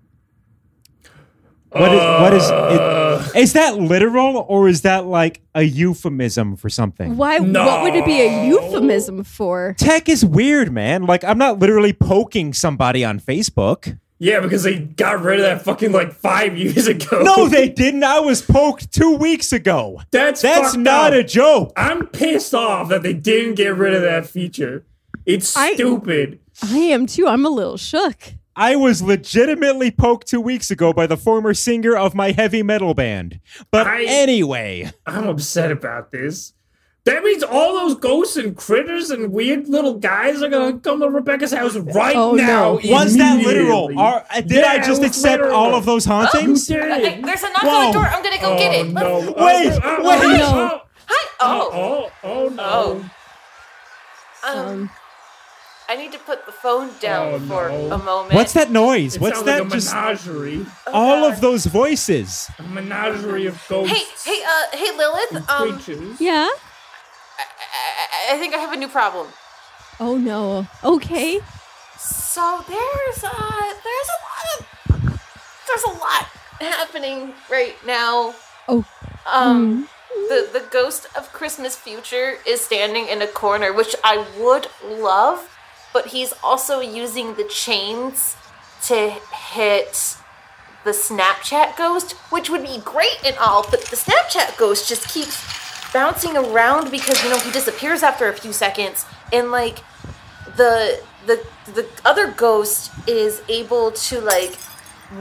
[SPEAKER 4] what is what is
[SPEAKER 3] Uh,
[SPEAKER 4] it, is that literal or is that like a euphemism for something?
[SPEAKER 2] Why? What would it be a
[SPEAKER 3] No.
[SPEAKER 2] euphemism for?
[SPEAKER 4] Tech is weird, man. Like I'm not literally poking somebody on Facebook.
[SPEAKER 3] yeah, because they got rid of that fucking like five years ago.
[SPEAKER 4] No, they didn't. I was poked two weeks ago.
[SPEAKER 3] that's
[SPEAKER 4] That's
[SPEAKER 3] fucked
[SPEAKER 4] not
[SPEAKER 3] up.
[SPEAKER 4] a joke.
[SPEAKER 3] I'm pissed off that they didn't get rid of that feature. It's
[SPEAKER 2] I-
[SPEAKER 3] stupid.
[SPEAKER 2] I am too. I'm a little shook.
[SPEAKER 4] I was legitimately poked two weeks ago by the former singer of my heavy metal band. But
[SPEAKER 3] I-
[SPEAKER 4] anyway,
[SPEAKER 3] I'm upset about this. That means all those ghosts and critters and weird little guys are gonna come to Rebecca's house right
[SPEAKER 2] Oh,
[SPEAKER 3] now.
[SPEAKER 2] no.
[SPEAKER 4] was that literal?
[SPEAKER 3] immediately.
[SPEAKER 4] Are, uh, did
[SPEAKER 3] Yeah,
[SPEAKER 4] I just
[SPEAKER 3] it was
[SPEAKER 4] accept
[SPEAKER 3] literal. Uh,
[SPEAKER 4] all of those
[SPEAKER 3] You
[SPEAKER 4] hauntings?
[SPEAKER 6] Hey,
[SPEAKER 3] did.
[SPEAKER 6] there's a knock on
[SPEAKER 4] Whoa.
[SPEAKER 6] the door. I'm gonna go get
[SPEAKER 3] Oh,
[SPEAKER 6] it.
[SPEAKER 3] No.
[SPEAKER 6] Let's-
[SPEAKER 4] Wait,
[SPEAKER 3] oh, oh,
[SPEAKER 4] wait.
[SPEAKER 3] Oh,
[SPEAKER 6] Hi.
[SPEAKER 3] oh,
[SPEAKER 6] Oh.
[SPEAKER 3] oh, oh, no.
[SPEAKER 6] Oh. Um,
[SPEAKER 2] Um,
[SPEAKER 6] I need to put the phone down
[SPEAKER 3] Oh,
[SPEAKER 6] for
[SPEAKER 3] no.
[SPEAKER 6] a moment.
[SPEAKER 4] What's that noise?
[SPEAKER 3] It
[SPEAKER 4] What's
[SPEAKER 3] sounds
[SPEAKER 4] that?
[SPEAKER 3] Like a
[SPEAKER 4] just
[SPEAKER 3] menagerie.
[SPEAKER 4] all of those voices.
[SPEAKER 3] A menagerie of
[SPEAKER 6] Hey,
[SPEAKER 3] ghosts.
[SPEAKER 6] hey, uh, hey, Lilith. Um,
[SPEAKER 3] creatures.
[SPEAKER 2] yeah.
[SPEAKER 6] I, I- I think I have a new problem.
[SPEAKER 2] Oh no. Okay.
[SPEAKER 6] So there's uh, there's a lot of there's a lot happening right now.
[SPEAKER 2] Oh.
[SPEAKER 6] Um, the the ghost of Christmas future is standing in a corner, which I would love, but he's also using the chains to hit the Snapchat ghost, which would be great and all, but the Snapchat ghost just keeps bouncing around because you know he disappears after a few seconds and like the the the other ghost is able to like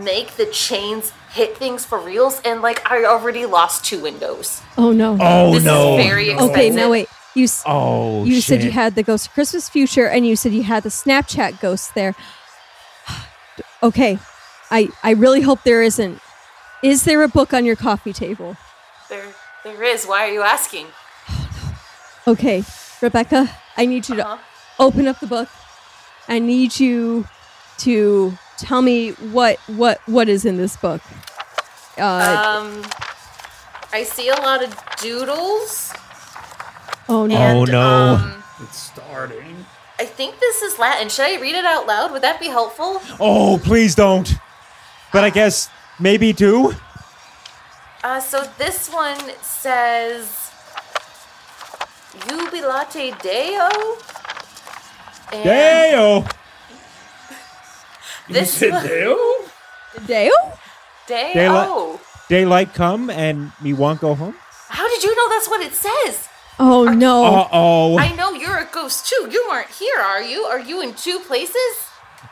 [SPEAKER 6] make the chains hit things for reals, and like I already lost two windows.
[SPEAKER 2] Oh no.
[SPEAKER 1] Oh
[SPEAKER 6] this
[SPEAKER 1] no.
[SPEAKER 6] is very expensive.
[SPEAKER 2] okay, now wait. You s-
[SPEAKER 4] Oh,
[SPEAKER 2] you said you
[SPEAKER 4] shit.
[SPEAKER 2] had the Ghost of Christmas Future and you said you had the Snapchat ghost there. (sighs) okay. I I really hope there isn't. Is there a book on your coffee table?
[SPEAKER 6] There, there is. Why are you asking?
[SPEAKER 2] Okay, Rebecca, I need you to
[SPEAKER 6] Uh-huh.
[SPEAKER 2] open up the book. I need you to tell me what what what is in this book. Uh,
[SPEAKER 6] Um, I see a lot of doodles.
[SPEAKER 2] oh no.
[SPEAKER 6] And,
[SPEAKER 4] Oh, no.
[SPEAKER 6] Um,
[SPEAKER 3] It's starting.
[SPEAKER 6] I think this is Latin. Should I read it out loud? Would that be helpful?
[SPEAKER 4] Oh, please don't. But I guess maybe do.
[SPEAKER 6] Uh, so this one says Jubilate Deo. And
[SPEAKER 4] Dayo.
[SPEAKER 3] You
[SPEAKER 6] This
[SPEAKER 3] said
[SPEAKER 6] one,
[SPEAKER 3] Deo?
[SPEAKER 2] Dale?
[SPEAKER 6] Deo.
[SPEAKER 4] Daylight- Daylight come and me won't go home.
[SPEAKER 6] Oh. How did you know that's what it says?
[SPEAKER 2] Oh no.
[SPEAKER 4] Uh oh.
[SPEAKER 6] I know you're a ghost too. You aren't here, are you? Are you in two places?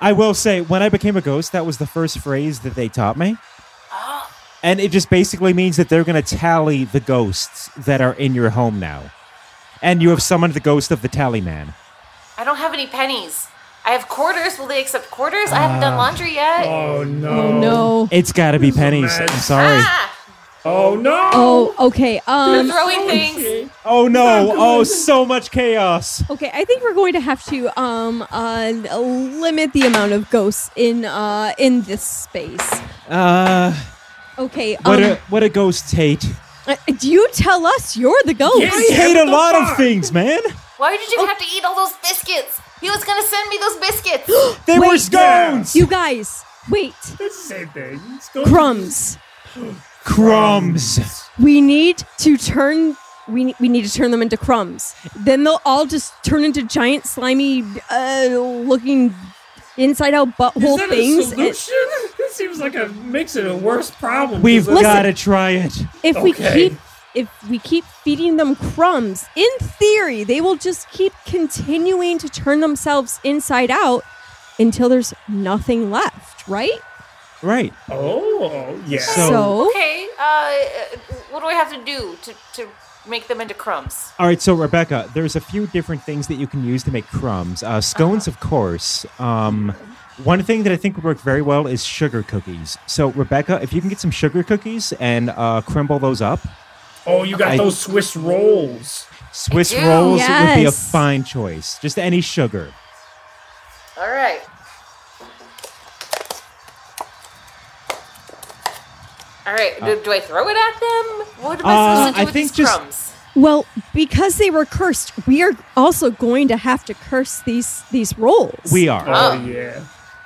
[SPEAKER 4] I will say, when I became a ghost, that was the first phrase that they taught me. And it just basically means that they're going to tally the ghosts that are in your home now. And you have summoned the ghost of the tally man.
[SPEAKER 6] I don't have any pennies. I have quarters. Will they accept quarters? I haven't done laundry yet.
[SPEAKER 3] Oh no.
[SPEAKER 2] oh no.
[SPEAKER 4] It's got to be pennies.
[SPEAKER 3] mess.
[SPEAKER 4] I'm sorry.
[SPEAKER 6] ah!
[SPEAKER 3] Oh no.
[SPEAKER 2] Oh, okay. Um
[SPEAKER 6] Throwing things.
[SPEAKER 4] Oh no. Oh, so much chaos.
[SPEAKER 2] Okay, I think we're going to have to um uh limit the amount of ghosts in uh in this space.
[SPEAKER 4] Uh,
[SPEAKER 2] Okay, um
[SPEAKER 4] what, a, what a ghost hate.
[SPEAKER 2] uh, do you tell us you're the ghost?
[SPEAKER 3] Yeah,
[SPEAKER 4] I
[SPEAKER 3] yeah.
[SPEAKER 4] hate a
[SPEAKER 3] what the
[SPEAKER 4] lot of
[SPEAKER 3] fuck?
[SPEAKER 4] things, man.
[SPEAKER 6] Why did you have to eat all those biscuits? He was gonna send me those biscuits.
[SPEAKER 4] They were
[SPEAKER 2] Wait.
[SPEAKER 4] scones.
[SPEAKER 2] You guys, wait.
[SPEAKER 3] It's the same thing. It's going-
[SPEAKER 2] Crumbs.
[SPEAKER 4] Crumbs.
[SPEAKER 2] We need to turn. We, we need to turn them into crumbs. Then they'll all just turn into giant, slimy, uh, looking inside out
[SPEAKER 3] Is
[SPEAKER 2] butthole
[SPEAKER 3] that
[SPEAKER 2] things.
[SPEAKER 3] a solution? This seems like a makes it a worse problem.
[SPEAKER 4] We've
[SPEAKER 3] It's like-
[SPEAKER 4] got to try it.
[SPEAKER 2] if we
[SPEAKER 3] Okay.
[SPEAKER 2] keep if we keep feeding them crumbs, in theory, they will just keep continuing to turn themselves inside out until there's nothing left, right?
[SPEAKER 4] Right.
[SPEAKER 3] Oh yeah.
[SPEAKER 4] So-
[SPEAKER 2] so
[SPEAKER 6] Okay. Uh, what do I have to do to, to make them into crumbs?
[SPEAKER 4] All right, so Rebecca, there's a few different things that you can use to make crumbs. Uh, scones, of course. Um, one thing that I think would work very well is sugar cookies. So, Rebecca, if you can get some sugar cookies and uh, crumble those up,
[SPEAKER 3] oh, you got
[SPEAKER 4] I-
[SPEAKER 3] those Swiss rolls.
[SPEAKER 4] Swiss
[SPEAKER 6] do.
[SPEAKER 4] rolls would be a
[SPEAKER 2] Yes.
[SPEAKER 4] fine choice. Just any sugar.
[SPEAKER 6] All right. All right. Do, do I throw it at them? What am I
[SPEAKER 4] Uh,
[SPEAKER 6] supposed to do
[SPEAKER 4] I
[SPEAKER 6] with
[SPEAKER 4] think
[SPEAKER 6] these
[SPEAKER 4] just-
[SPEAKER 6] crumbs?
[SPEAKER 2] Well, because they were cursed, we are also going to have to curse these these rolls.
[SPEAKER 4] We are.
[SPEAKER 3] Oh,
[SPEAKER 6] Oh.
[SPEAKER 3] yeah.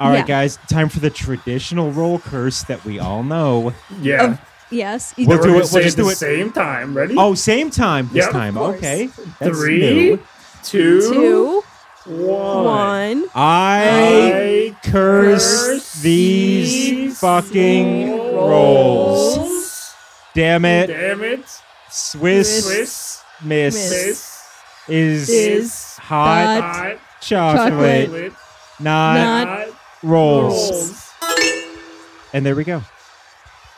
[SPEAKER 4] All right,
[SPEAKER 2] yeah.
[SPEAKER 4] guys, time for the traditional roll curse that we all know.
[SPEAKER 3] Yeah.
[SPEAKER 2] yes.
[SPEAKER 4] We'll
[SPEAKER 3] We're
[SPEAKER 4] do
[SPEAKER 3] gonna
[SPEAKER 4] it.
[SPEAKER 3] say
[SPEAKER 4] We'll just
[SPEAKER 3] at
[SPEAKER 4] do
[SPEAKER 3] the
[SPEAKER 4] it.
[SPEAKER 3] same time. Ready?
[SPEAKER 4] Oh, same time this
[SPEAKER 3] Yep.
[SPEAKER 4] time.
[SPEAKER 2] Of course.
[SPEAKER 4] Okay. That's
[SPEAKER 3] Three,
[SPEAKER 4] new.
[SPEAKER 3] two,
[SPEAKER 2] Two,
[SPEAKER 3] one.
[SPEAKER 2] one.
[SPEAKER 4] I
[SPEAKER 3] I
[SPEAKER 4] curse these fucking rolls. Damn it.
[SPEAKER 3] Damn it.
[SPEAKER 4] Swiss,
[SPEAKER 3] Swiss
[SPEAKER 4] miss,
[SPEAKER 3] miss
[SPEAKER 4] is,
[SPEAKER 3] is
[SPEAKER 4] hot
[SPEAKER 2] hot
[SPEAKER 3] hot
[SPEAKER 4] chocolate,
[SPEAKER 3] chocolate
[SPEAKER 4] not,
[SPEAKER 2] not
[SPEAKER 3] hot
[SPEAKER 4] rolls.
[SPEAKER 3] rolls.
[SPEAKER 4] And there we go.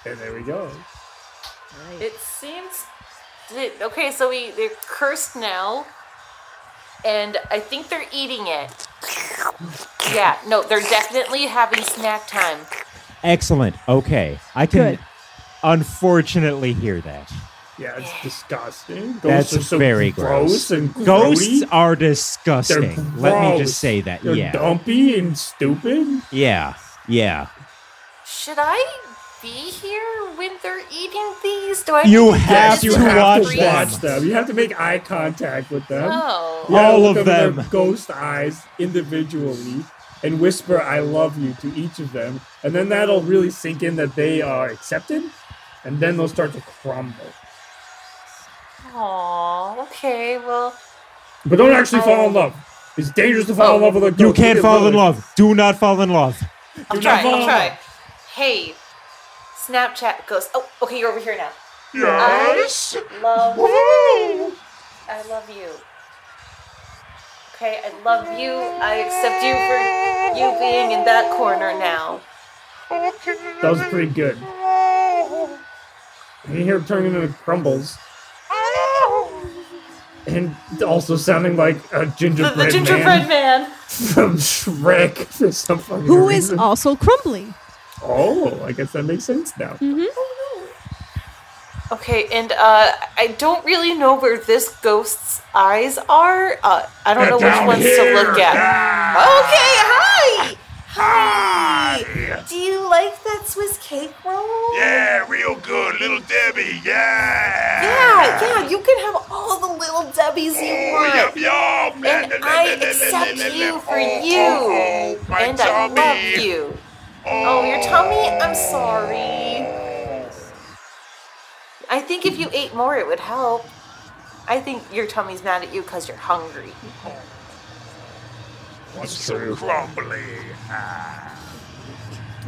[SPEAKER 3] And there we go.
[SPEAKER 6] It seems. Did, okay, so we they're cursed now, and I think they're eating it. Yeah, no, they're definitely having snack time.
[SPEAKER 4] Excellent. Okay. I can
[SPEAKER 2] Good.
[SPEAKER 4] unfortunately hear that.
[SPEAKER 3] Yeah, it's disgusting. Ghosts
[SPEAKER 4] That's
[SPEAKER 3] are so
[SPEAKER 4] very
[SPEAKER 3] gross.
[SPEAKER 4] gross.
[SPEAKER 3] and
[SPEAKER 4] Ghosts
[SPEAKER 3] grody.
[SPEAKER 4] are
[SPEAKER 3] They're
[SPEAKER 4] disgusting. Let me
[SPEAKER 3] gross.
[SPEAKER 4] just say that.
[SPEAKER 3] They're
[SPEAKER 4] yeah.
[SPEAKER 3] dumpy and stupid.
[SPEAKER 4] Yeah. Yeah.
[SPEAKER 6] Should I be here when they're eating these? Do I?
[SPEAKER 4] You
[SPEAKER 6] need to
[SPEAKER 4] have
[SPEAKER 6] just
[SPEAKER 3] you
[SPEAKER 4] to
[SPEAKER 6] have
[SPEAKER 4] watch
[SPEAKER 6] freeze?
[SPEAKER 4] them.
[SPEAKER 3] watch them. You have to make eye contact with them.
[SPEAKER 6] Oh.
[SPEAKER 3] You gotta
[SPEAKER 4] All
[SPEAKER 3] look
[SPEAKER 4] of
[SPEAKER 3] over their
[SPEAKER 4] them.
[SPEAKER 3] ghost eyes individually and whisper "I love you" to each of them, and then that'll really sink in that they are accepted, and then they'll start to crumble.
[SPEAKER 6] Aw, okay. Well,
[SPEAKER 3] But don't actually fall in love. It's dangerous to fall in love with a ghost.
[SPEAKER 4] You can't
[SPEAKER 3] Look at
[SPEAKER 4] fall in
[SPEAKER 3] Lily.
[SPEAKER 4] love. Do not fall in love.
[SPEAKER 6] I'll
[SPEAKER 3] Do
[SPEAKER 6] try.
[SPEAKER 3] not fall
[SPEAKER 6] I'll
[SPEAKER 3] in
[SPEAKER 6] try.
[SPEAKER 3] love.
[SPEAKER 6] Hey, Snapchat ghost. Oh, okay, you're over here now.
[SPEAKER 3] Yes.
[SPEAKER 6] Love. I love you. Okay, I love you. I accept you for you being in that corner now.
[SPEAKER 3] That was pretty good. And you hear him turning into crumbles. And also sounding like a
[SPEAKER 6] The,
[SPEAKER 3] gingerbread,
[SPEAKER 6] the gingerbread
[SPEAKER 3] man,
[SPEAKER 6] man.
[SPEAKER 3] from Shrek (laughs) for some fucking
[SPEAKER 2] Who is
[SPEAKER 3] reason.
[SPEAKER 2] also crumbly.
[SPEAKER 3] Oh, I guess that makes sense now.
[SPEAKER 6] Okay, and uh, I don't really know where this ghost's eyes are. Uh, I don't know
[SPEAKER 3] They're down
[SPEAKER 6] which ones
[SPEAKER 3] here.
[SPEAKER 6] to look at.
[SPEAKER 9] Ah.
[SPEAKER 6] Okay, hi. Hi.
[SPEAKER 9] Hi.
[SPEAKER 6] Do you like that Swiss cake roll?
[SPEAKER 9] Yeah, real good, little Debbie. Yeah.
[SPEAKER 6] Yeah, yeah, you can have all the little Debbies you want.
[SPEAKER 9] Yum, yum.
[SPEAKER 6] And I accept you for you.
[SPEAKER 9] Oh, my
[SPEAKER 6] And I
[SPEAKER 9] tummy.
[SPEAKER 6] love you. Oh, your tummy? I'm
[SPEAKER 9] Oh.
[SPEAKER 6] sorry. I think if you ate more, it would help. I think your tummy's mad at you because you're hungry.
[SPEAKER 9] What's so crumbly?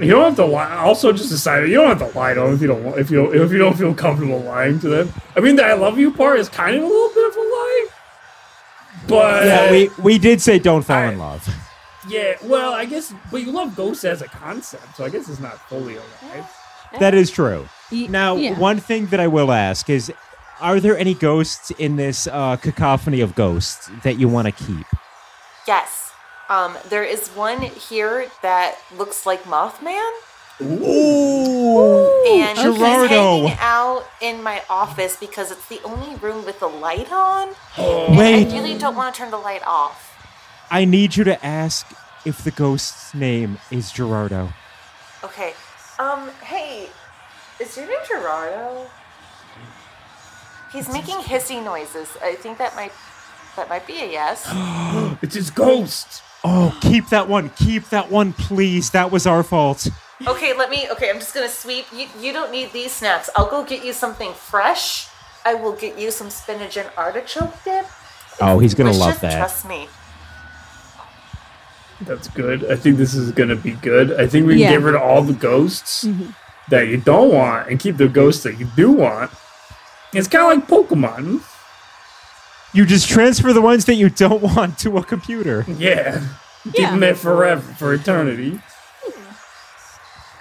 [SPEAKER 3] You don't have to lie. I Also, just decided you don't have to lie to them if you don't want, if you if you don't feel comfortable lying to them. I mean, the "I love you" part is kind of a little bit of a lie, but
[SPEAKER 4] Yeah, we, we did say don't fall in love.
[SPEAKER 3] yeah, well, I guess, but you love ghosts as a concept, so I guess it's not fully a lie.
[SPEAKER 4] That is true.
[SPEAKER 5] Ye-
[SPEAKER 4] Now,
[SPEAKER 5] yeah.
[SPEAKER 4] one thing that I will ask is are there any ghosts in this uh, cacophony of ghosts that you want to keep?
[SPEAKER 6] Yes. Um, there is one here that looks like Mothman,
[SPEAKER 4] Ooh.
[SPEAKER 6] and he's
[SPEAKER 4] Gerardo.
[SPEAKER 6] hanging out in my office because it's the only room with the light on. and
[SPEAKER 4] Wait.
[SPEAKER 6] I really don't want to turn the light off.
[SPEAKER 4] I need you to ask if the ghost's name is Gerardo.
[SPEAKER 6] Okay. Um. Hey, is your name Gerardo? He's making hissy noises. I think that might that might be a yes.
[SPEAKER 3] It's his ghost.
[SPEAKER 4] Oh, keep that one. Keep that one, please. That was our fault.
[SPEAKER 6] Okay, let me. Okay, I'm just gonna sweep. You, you don't need these snacks. I'll go get you something fresh. I will get you some spinach and artichoke dip.
[SPEAKER 4] Oh, he's gonna love
[SPEAKER 6] Delicious,
[SPEAKER 4] that.
[SPEAKER 6] Trust me.
[SPEAKER 3] That's good. I think this is gonna be good. I think we can
[SPEAKER 5] Yeah.
[SPEAKER 3] get rid of all the ghosts
[SPEAKER 4] Mm-hmm.
[SPEAKER 3] that you don't want and keep the ghosts that you do want. It's kind of like Pokemon.
[SPEAKER 4] You just transfer the ones that you don't want to a computer.
[SPEAKER 3] Yeah. Keep
[SPEAKER 2] Yeah.
[SPEAKER 3] them there forever, for eternity.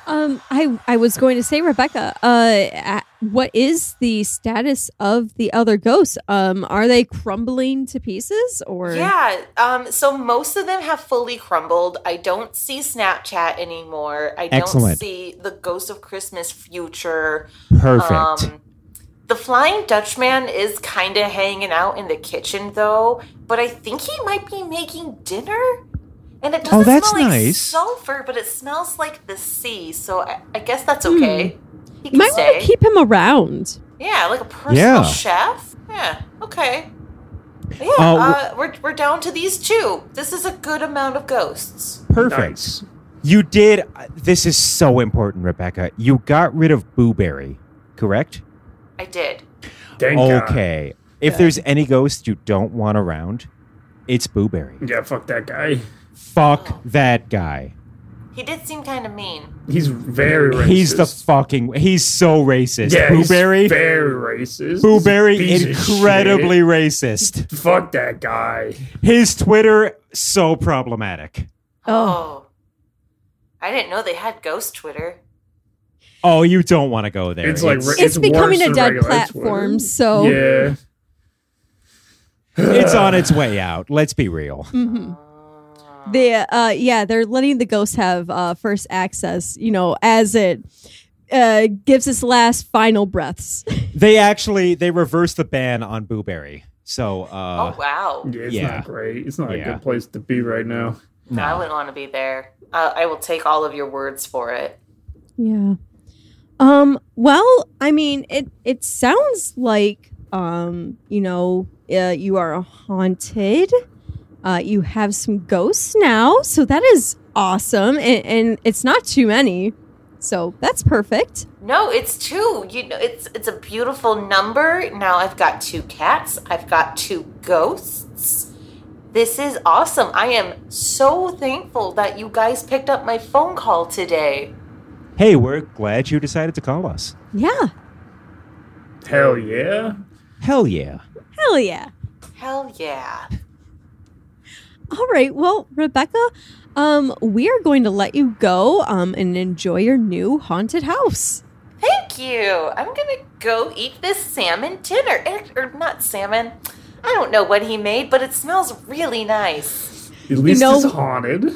[SPEAKER 5] Um, I I was going to say, Rebecca. Uh, a- what is the status of the other ghosts? Um, are they crumbling to pieces or?
[SPEAKER 6] Yeah. Um. So most of them have fully crumbled. I don't see Snapchat anymore. I don't
[SPEAKER 4] Excellent.
[SPEAKER 6] see the Ghost of Christmas Future.
[SPEAKER 4] Perfect.
[SPEAKER 6] Um, the Flying Dutchman is kind of hanging out in the kitchen though, but I think he might be making dinner. And it doesn't
[SPEAKER 4] Oh, that's
[SPEAKER 6] smell like
[SPEAKER 4] nice.
[SPEAKER 6] sulfur, but it smells like the sea. So I, I guess that's okay.
[SPEAKER 4] Hmm.
[SPEAKER 5] You
[SPEAKER 6] He can
[SPEAKER 5] might want
[SPEAKER 6] stay.
[SPEAKER 5] to keep him around.
[SPEAKER 6] yeah, like a personal
[SPEAKER 4] Yeah.
[SPEAKER 6] chef. Yeah. Okay. Yeah.
[SPEAKER 4] Uh,
[SPEAKER 6] Uh,
[SPEAKER 4] wh-
[SPEAKER 6] we're we're down to these two. This is a good amount of ghosts.
[SPEAKER 4] Perfect.
[SPEAKER 3] Nice.
[SPEAKER 4] You did. uh, This is so important, Rebecca. You got rid of Boo Berry, correct?
[SPEAKER 6] I did.
[SPEAKER 3] Thank God.
[SPEAKER 4] okay. If there's any ghost you don't want around, it's Boo Berry.
[SPEAKER 3] Yeah, fuck that guy.
[SPEAKER 4] Fuck that guy.
[SPEAKER 6] He did seem kind of mean.
[SPEAKER 3] He's very racist.
[SPEAKER 4] He's the fucking. He's so racist.
[SPEAKER 3] yeah,
[SPEAKER 4] Boo
[SPEAKER 3] he's
[SPEAKER 4] Berry.
[SPEAKER 3] very racist.
[SPEAKER 4] Boo
[SPEAKER 3] He's a
[SPEAKER 4] Berry,
[SPEAKER 3] piece of
[SPEAKER 4] incredibly racist.
[SPEAKER 3] shit. Fuck that guy.
[SPEAKER 4] His Twitter, so problematic.
[SPEAKER 6] Oh. I didn't know they had ghost Twitter.
[SPEAKER 4] Oh, you don't want to go there.
[SPEAKER 3] It's like
[SPEAKER 4] it's,
[SPEAKER 3] ra-
[SPEAKER 5] It's, becoming
[SPEAKER 3] worse
[SPEAKER 5] a
[SPEAKER 3] than
[SPEAKER 5] dead
[SPEAKER 3] regular Twitter.
[SPEAKER 5] platform.
[SPEAKER 2] Oh.
[SPEAKER 5] So
[SPEAKER 3] Yeah. (laughs)
[SPEAKER 4] it's on its way out. Let's be real.
[SPEAKER 2] Mhm.
[SPEAKER 5] the
[SPEAKER 2] The uh, yeah, they're letting the ghosts have uh, first access. You know, as it uh, gives its last final breaths.
[SPEAKER 4] They actually they reversed the ban on Boo Berry. So uh,
[SPEAKER 6] oh wow.
[SPEAKER 3] Yeah, it's
[SPEAKER 4] Yeah.
[SPEAKER 3] not great. It's not
[SPEAKER 4] Yeah.
[SPEAKER 3] a good place to be right now.
[SPEAKER 6] No, I wouldn't want to be there. Uh, I will take all of your words for it.
[SPEAKER 2] Yeah. Um, well, I mean, it it sounds like um, you know, uh, you are haunted. Uh, you have some ghosts now, so that is awesome, and, and it's not too many, so that's perfect.
[SPEAKER 6] No, it's two. You know, it's it's a beautiful number. Now I've got two cats. I've got two ghosts. This is awesome. I am so thankful that you guys picked up my phone call today.
[SPEAKER 4] hey, we're glad you decided to call us.
[SPEAKER 2] Yeah,
[SPEAKER 3] Hell yeah.
[SPEAKER 4] Hell yeah.
[SPEAKER 2] hell yeah.
[SPEAKER 6] Hell yeah.
[SPEAKER 2] All right, well, Rebecca, um, we are going to let you go, um, and enjoy your new haunted house.
[SPEAKER 6] Thank you. I'm gonna go eat this salmon dinner. Eh, Or not salmon. I don't know what he made, but it smells really nice.
[SPEAKER 3] At least
[SPEAKER 2] know-
[SPEAKER 3] it's haunted.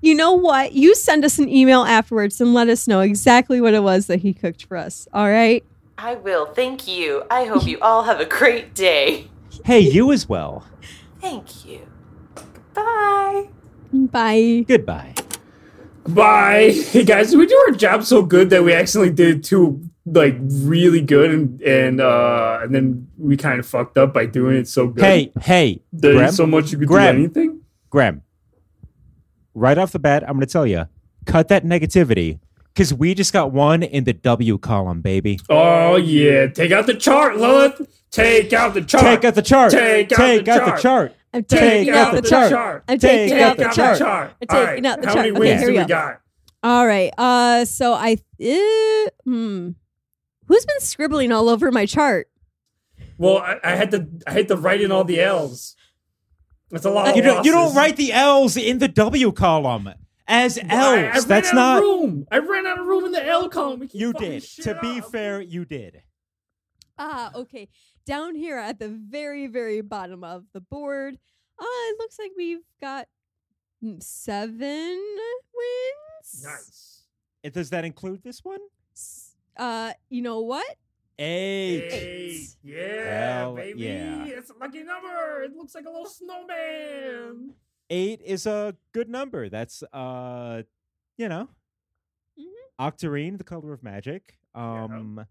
[SPEAKER 2] You know what? You send us an email afterwards and let us know exactly what it was that he cooked for us. All right.
[SPEAKER 6] I will. Thank you. I hope you all have a great day.
[SPEAKER 4] Hey, you as well.
[SPEAKER 6] Thank you. Goodbye.
[SPEAKER 2] Bye.
[SPEAKER 4] Goodbye.
[SPEAKER 3] Bye. Hey guys, did we do our job so good that we accidentally did two like really good and and uh and then we kind of fucked up by doing it so good.
[SPEAKER 4] Hey, hey,
[SPEAKER 3] there's
[SPEAKER 4] Graham,
[SPEAKER 3] so much you could
[SPEAKER 4] Graham.
[SPEAKER 3] do anything.
[SPEAKER 4] Graham. Right off the bat, I'm going to tell you, cut that negativity because we just got one in the W column, baby.
[SPEAKER 3] Oh yeah, take out the chart, Lilith. Take out the chart.
[SPEAKER 4] Take out the chart.
[SPEAKER 3] Ah, Take out the
[SPEAKER 4] out the
[SPEAKER 3] chart.
[SPEAKER 4] chart.
[SPEAKER 2] I'm
[SPEAKER 4] Take out the chart.
[SPEAKER 2] I'm
[SPEAKER 4] Take
[SPEAKER 2] taking out
[SPEAKER 4] out
[SPEAKER 2] the
[SPEAKER 4] the
[SPEAKER 2] chart. I'm
[SPEAKER 3] All right,
[SPEAKER 2] taking out the
[SPEAKER 3] how
[SPEAKER 2] chart.
[SPEAKER 3] many
[SPEAKER 2] Okay,
[SPEAKER 3] wins
[SPEAKER 2] here
[SPEAKER 3] do
[SPEAKER 2] we
[SPEAKER 3] we
[SPEAKER 2] go.
[SPEAKER 3] got?
[SPEAKER 2] All right. Uh, so I. Uh, hmm. Who's been scribbling all over my chart?
[SPEAKER 3] Well, I, I had to I had to write in all the L's. That's a lot. of
[SPEAKER 4] You don't, you don't
[SPEAKER 3] Oh, losses.
[SPEAKER 4] write the L's in the W column as L's.
[SPEAKER 3] I- I ran
[SPEAKER 4] That's
[SPEAKER 3] out
[SPEAKER 4] not.
[SPEAKER 3] Of room. I ran out of room in the L column. We can
[SPEAKER 4] You
[SPEAKER 3] fucking
[SPEAKER 4] did.
[SPEAKER 3] shit
[SPEAKER 4] To be
[SPEAKER 3] up.
[SPEAKER 4] fair, you did.
[SPEAKER 2] Ah, okay. Down here at the very, very bottom of the board. Uh, it looks like we've got mm, seven wins.
[SPEAKER 3] Nice.
[SPEAKER 4] And Does that include this one?
[SPEAKER 2] S- Uh, you know what?
[SPEAKER 4] Eight.
[SPEAKER 3] Eight. Yeah,
[SPEAKER 4] Hell
[SPEAKER 3] baby.
[SPEAKER 4] yeah.
[SPEAKER 3] That's a lucky number. It looks like a little snowman.
[SPEAKER 4] Eight is a good number. That's uh, you know,
[SPEAKER 2] Mhm.
[SPEAKER 4] Octarine, the color of magic. Um,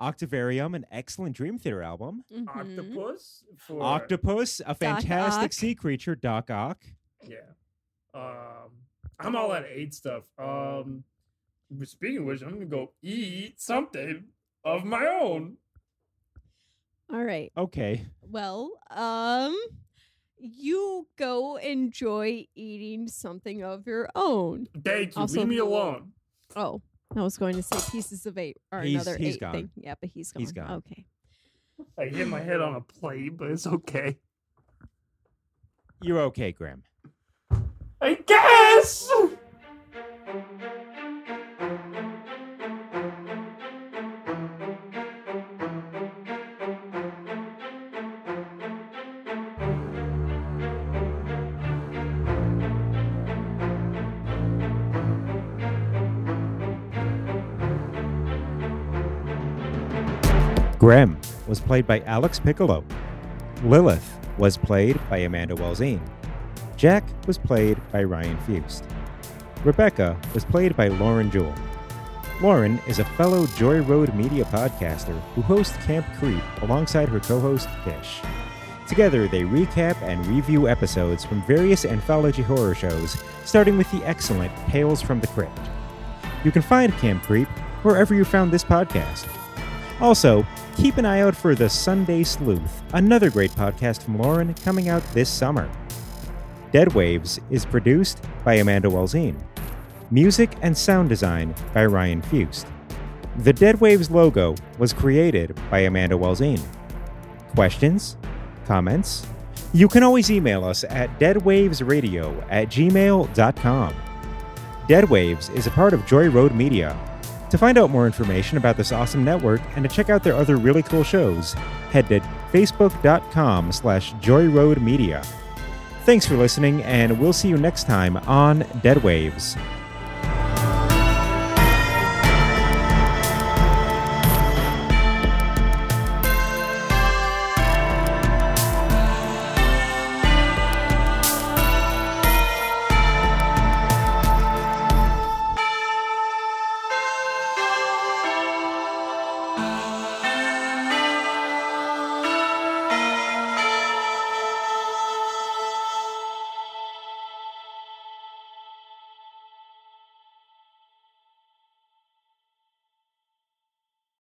[SPEAKER 4] Octavarium, an excellent Dream Theater album.
[SPEAKER 2] Mhm.
[SPEAKER 3] Octopus. For,
[SPEAKER 4] Octopus, a fantastic
[SPEAKER 2] Ock.
[SPEAKER 4] sea creature. Doc Ock.
[SPEAKER 3] Yeah. Um, I'm all out of eight stuff. Um, but speaking of which, I'm gonna go eat something of my own.
[SPEAKER 2] All right.
[SPEAKER 4] Okay.
[SPEAKER 2] Well, um, you go enjoy eating something of your own.
[SPEAKER 3] Thank you.
[SPEAKER 2] Also-
[SPEAKER 3] Leave me alone.
[SPEAKER 2] Oh, I was going to say pieces of eight or
[SPEAKER 4] He's-
[SPEAKER 2] another
[SPEAKER 4] he's
[SPEAKER 2] eight
[SPEAKER 4] gone.
[SPEAKER 2] thing. Yeah, but he's gone.
[SPEAKER 4] He's gone.
[SPEAKER 2] Okay.
[SPEAKER 3] I hit my head on a plate, but it's okay.
[SPEAKER 4] You're okay, Graham.
[SPEAKER 3] I guess.
[SPEAKER 4] Graham was played by Alex Piccolo. Lilith was played by Amanda Welzine. Jack was played by Ryan Fust. Rebecca was played by Lauren Jewell. Lauren is a fellow Joy Road media podcaster who hosts Camp Creep alongside her co host, Fish. Together, they recap and review episodes from various anthology horror shows, starting with the excellent Tales from the Crypt. You can find Camp Creep wherever you found this podcast. Also, keep an eye out for The Sunday Sleuth, another great podcast from Lauren coming out this summer. Dead Waves is produced by Amanda Welzine. Music and sound design by Ryan Fust. The Dead Waves logo was created by Amanda Welzine. Questions? Comments? You can always email us at deadwavesradio at gmail.com. Dead Waves is a part of Joy Road Media. To find out more information about this awesome network and to check out their other really cool shows, head to facebook.com slash joyroadmedia. Thanks for listening, and we'll see you next time on Dead Waves.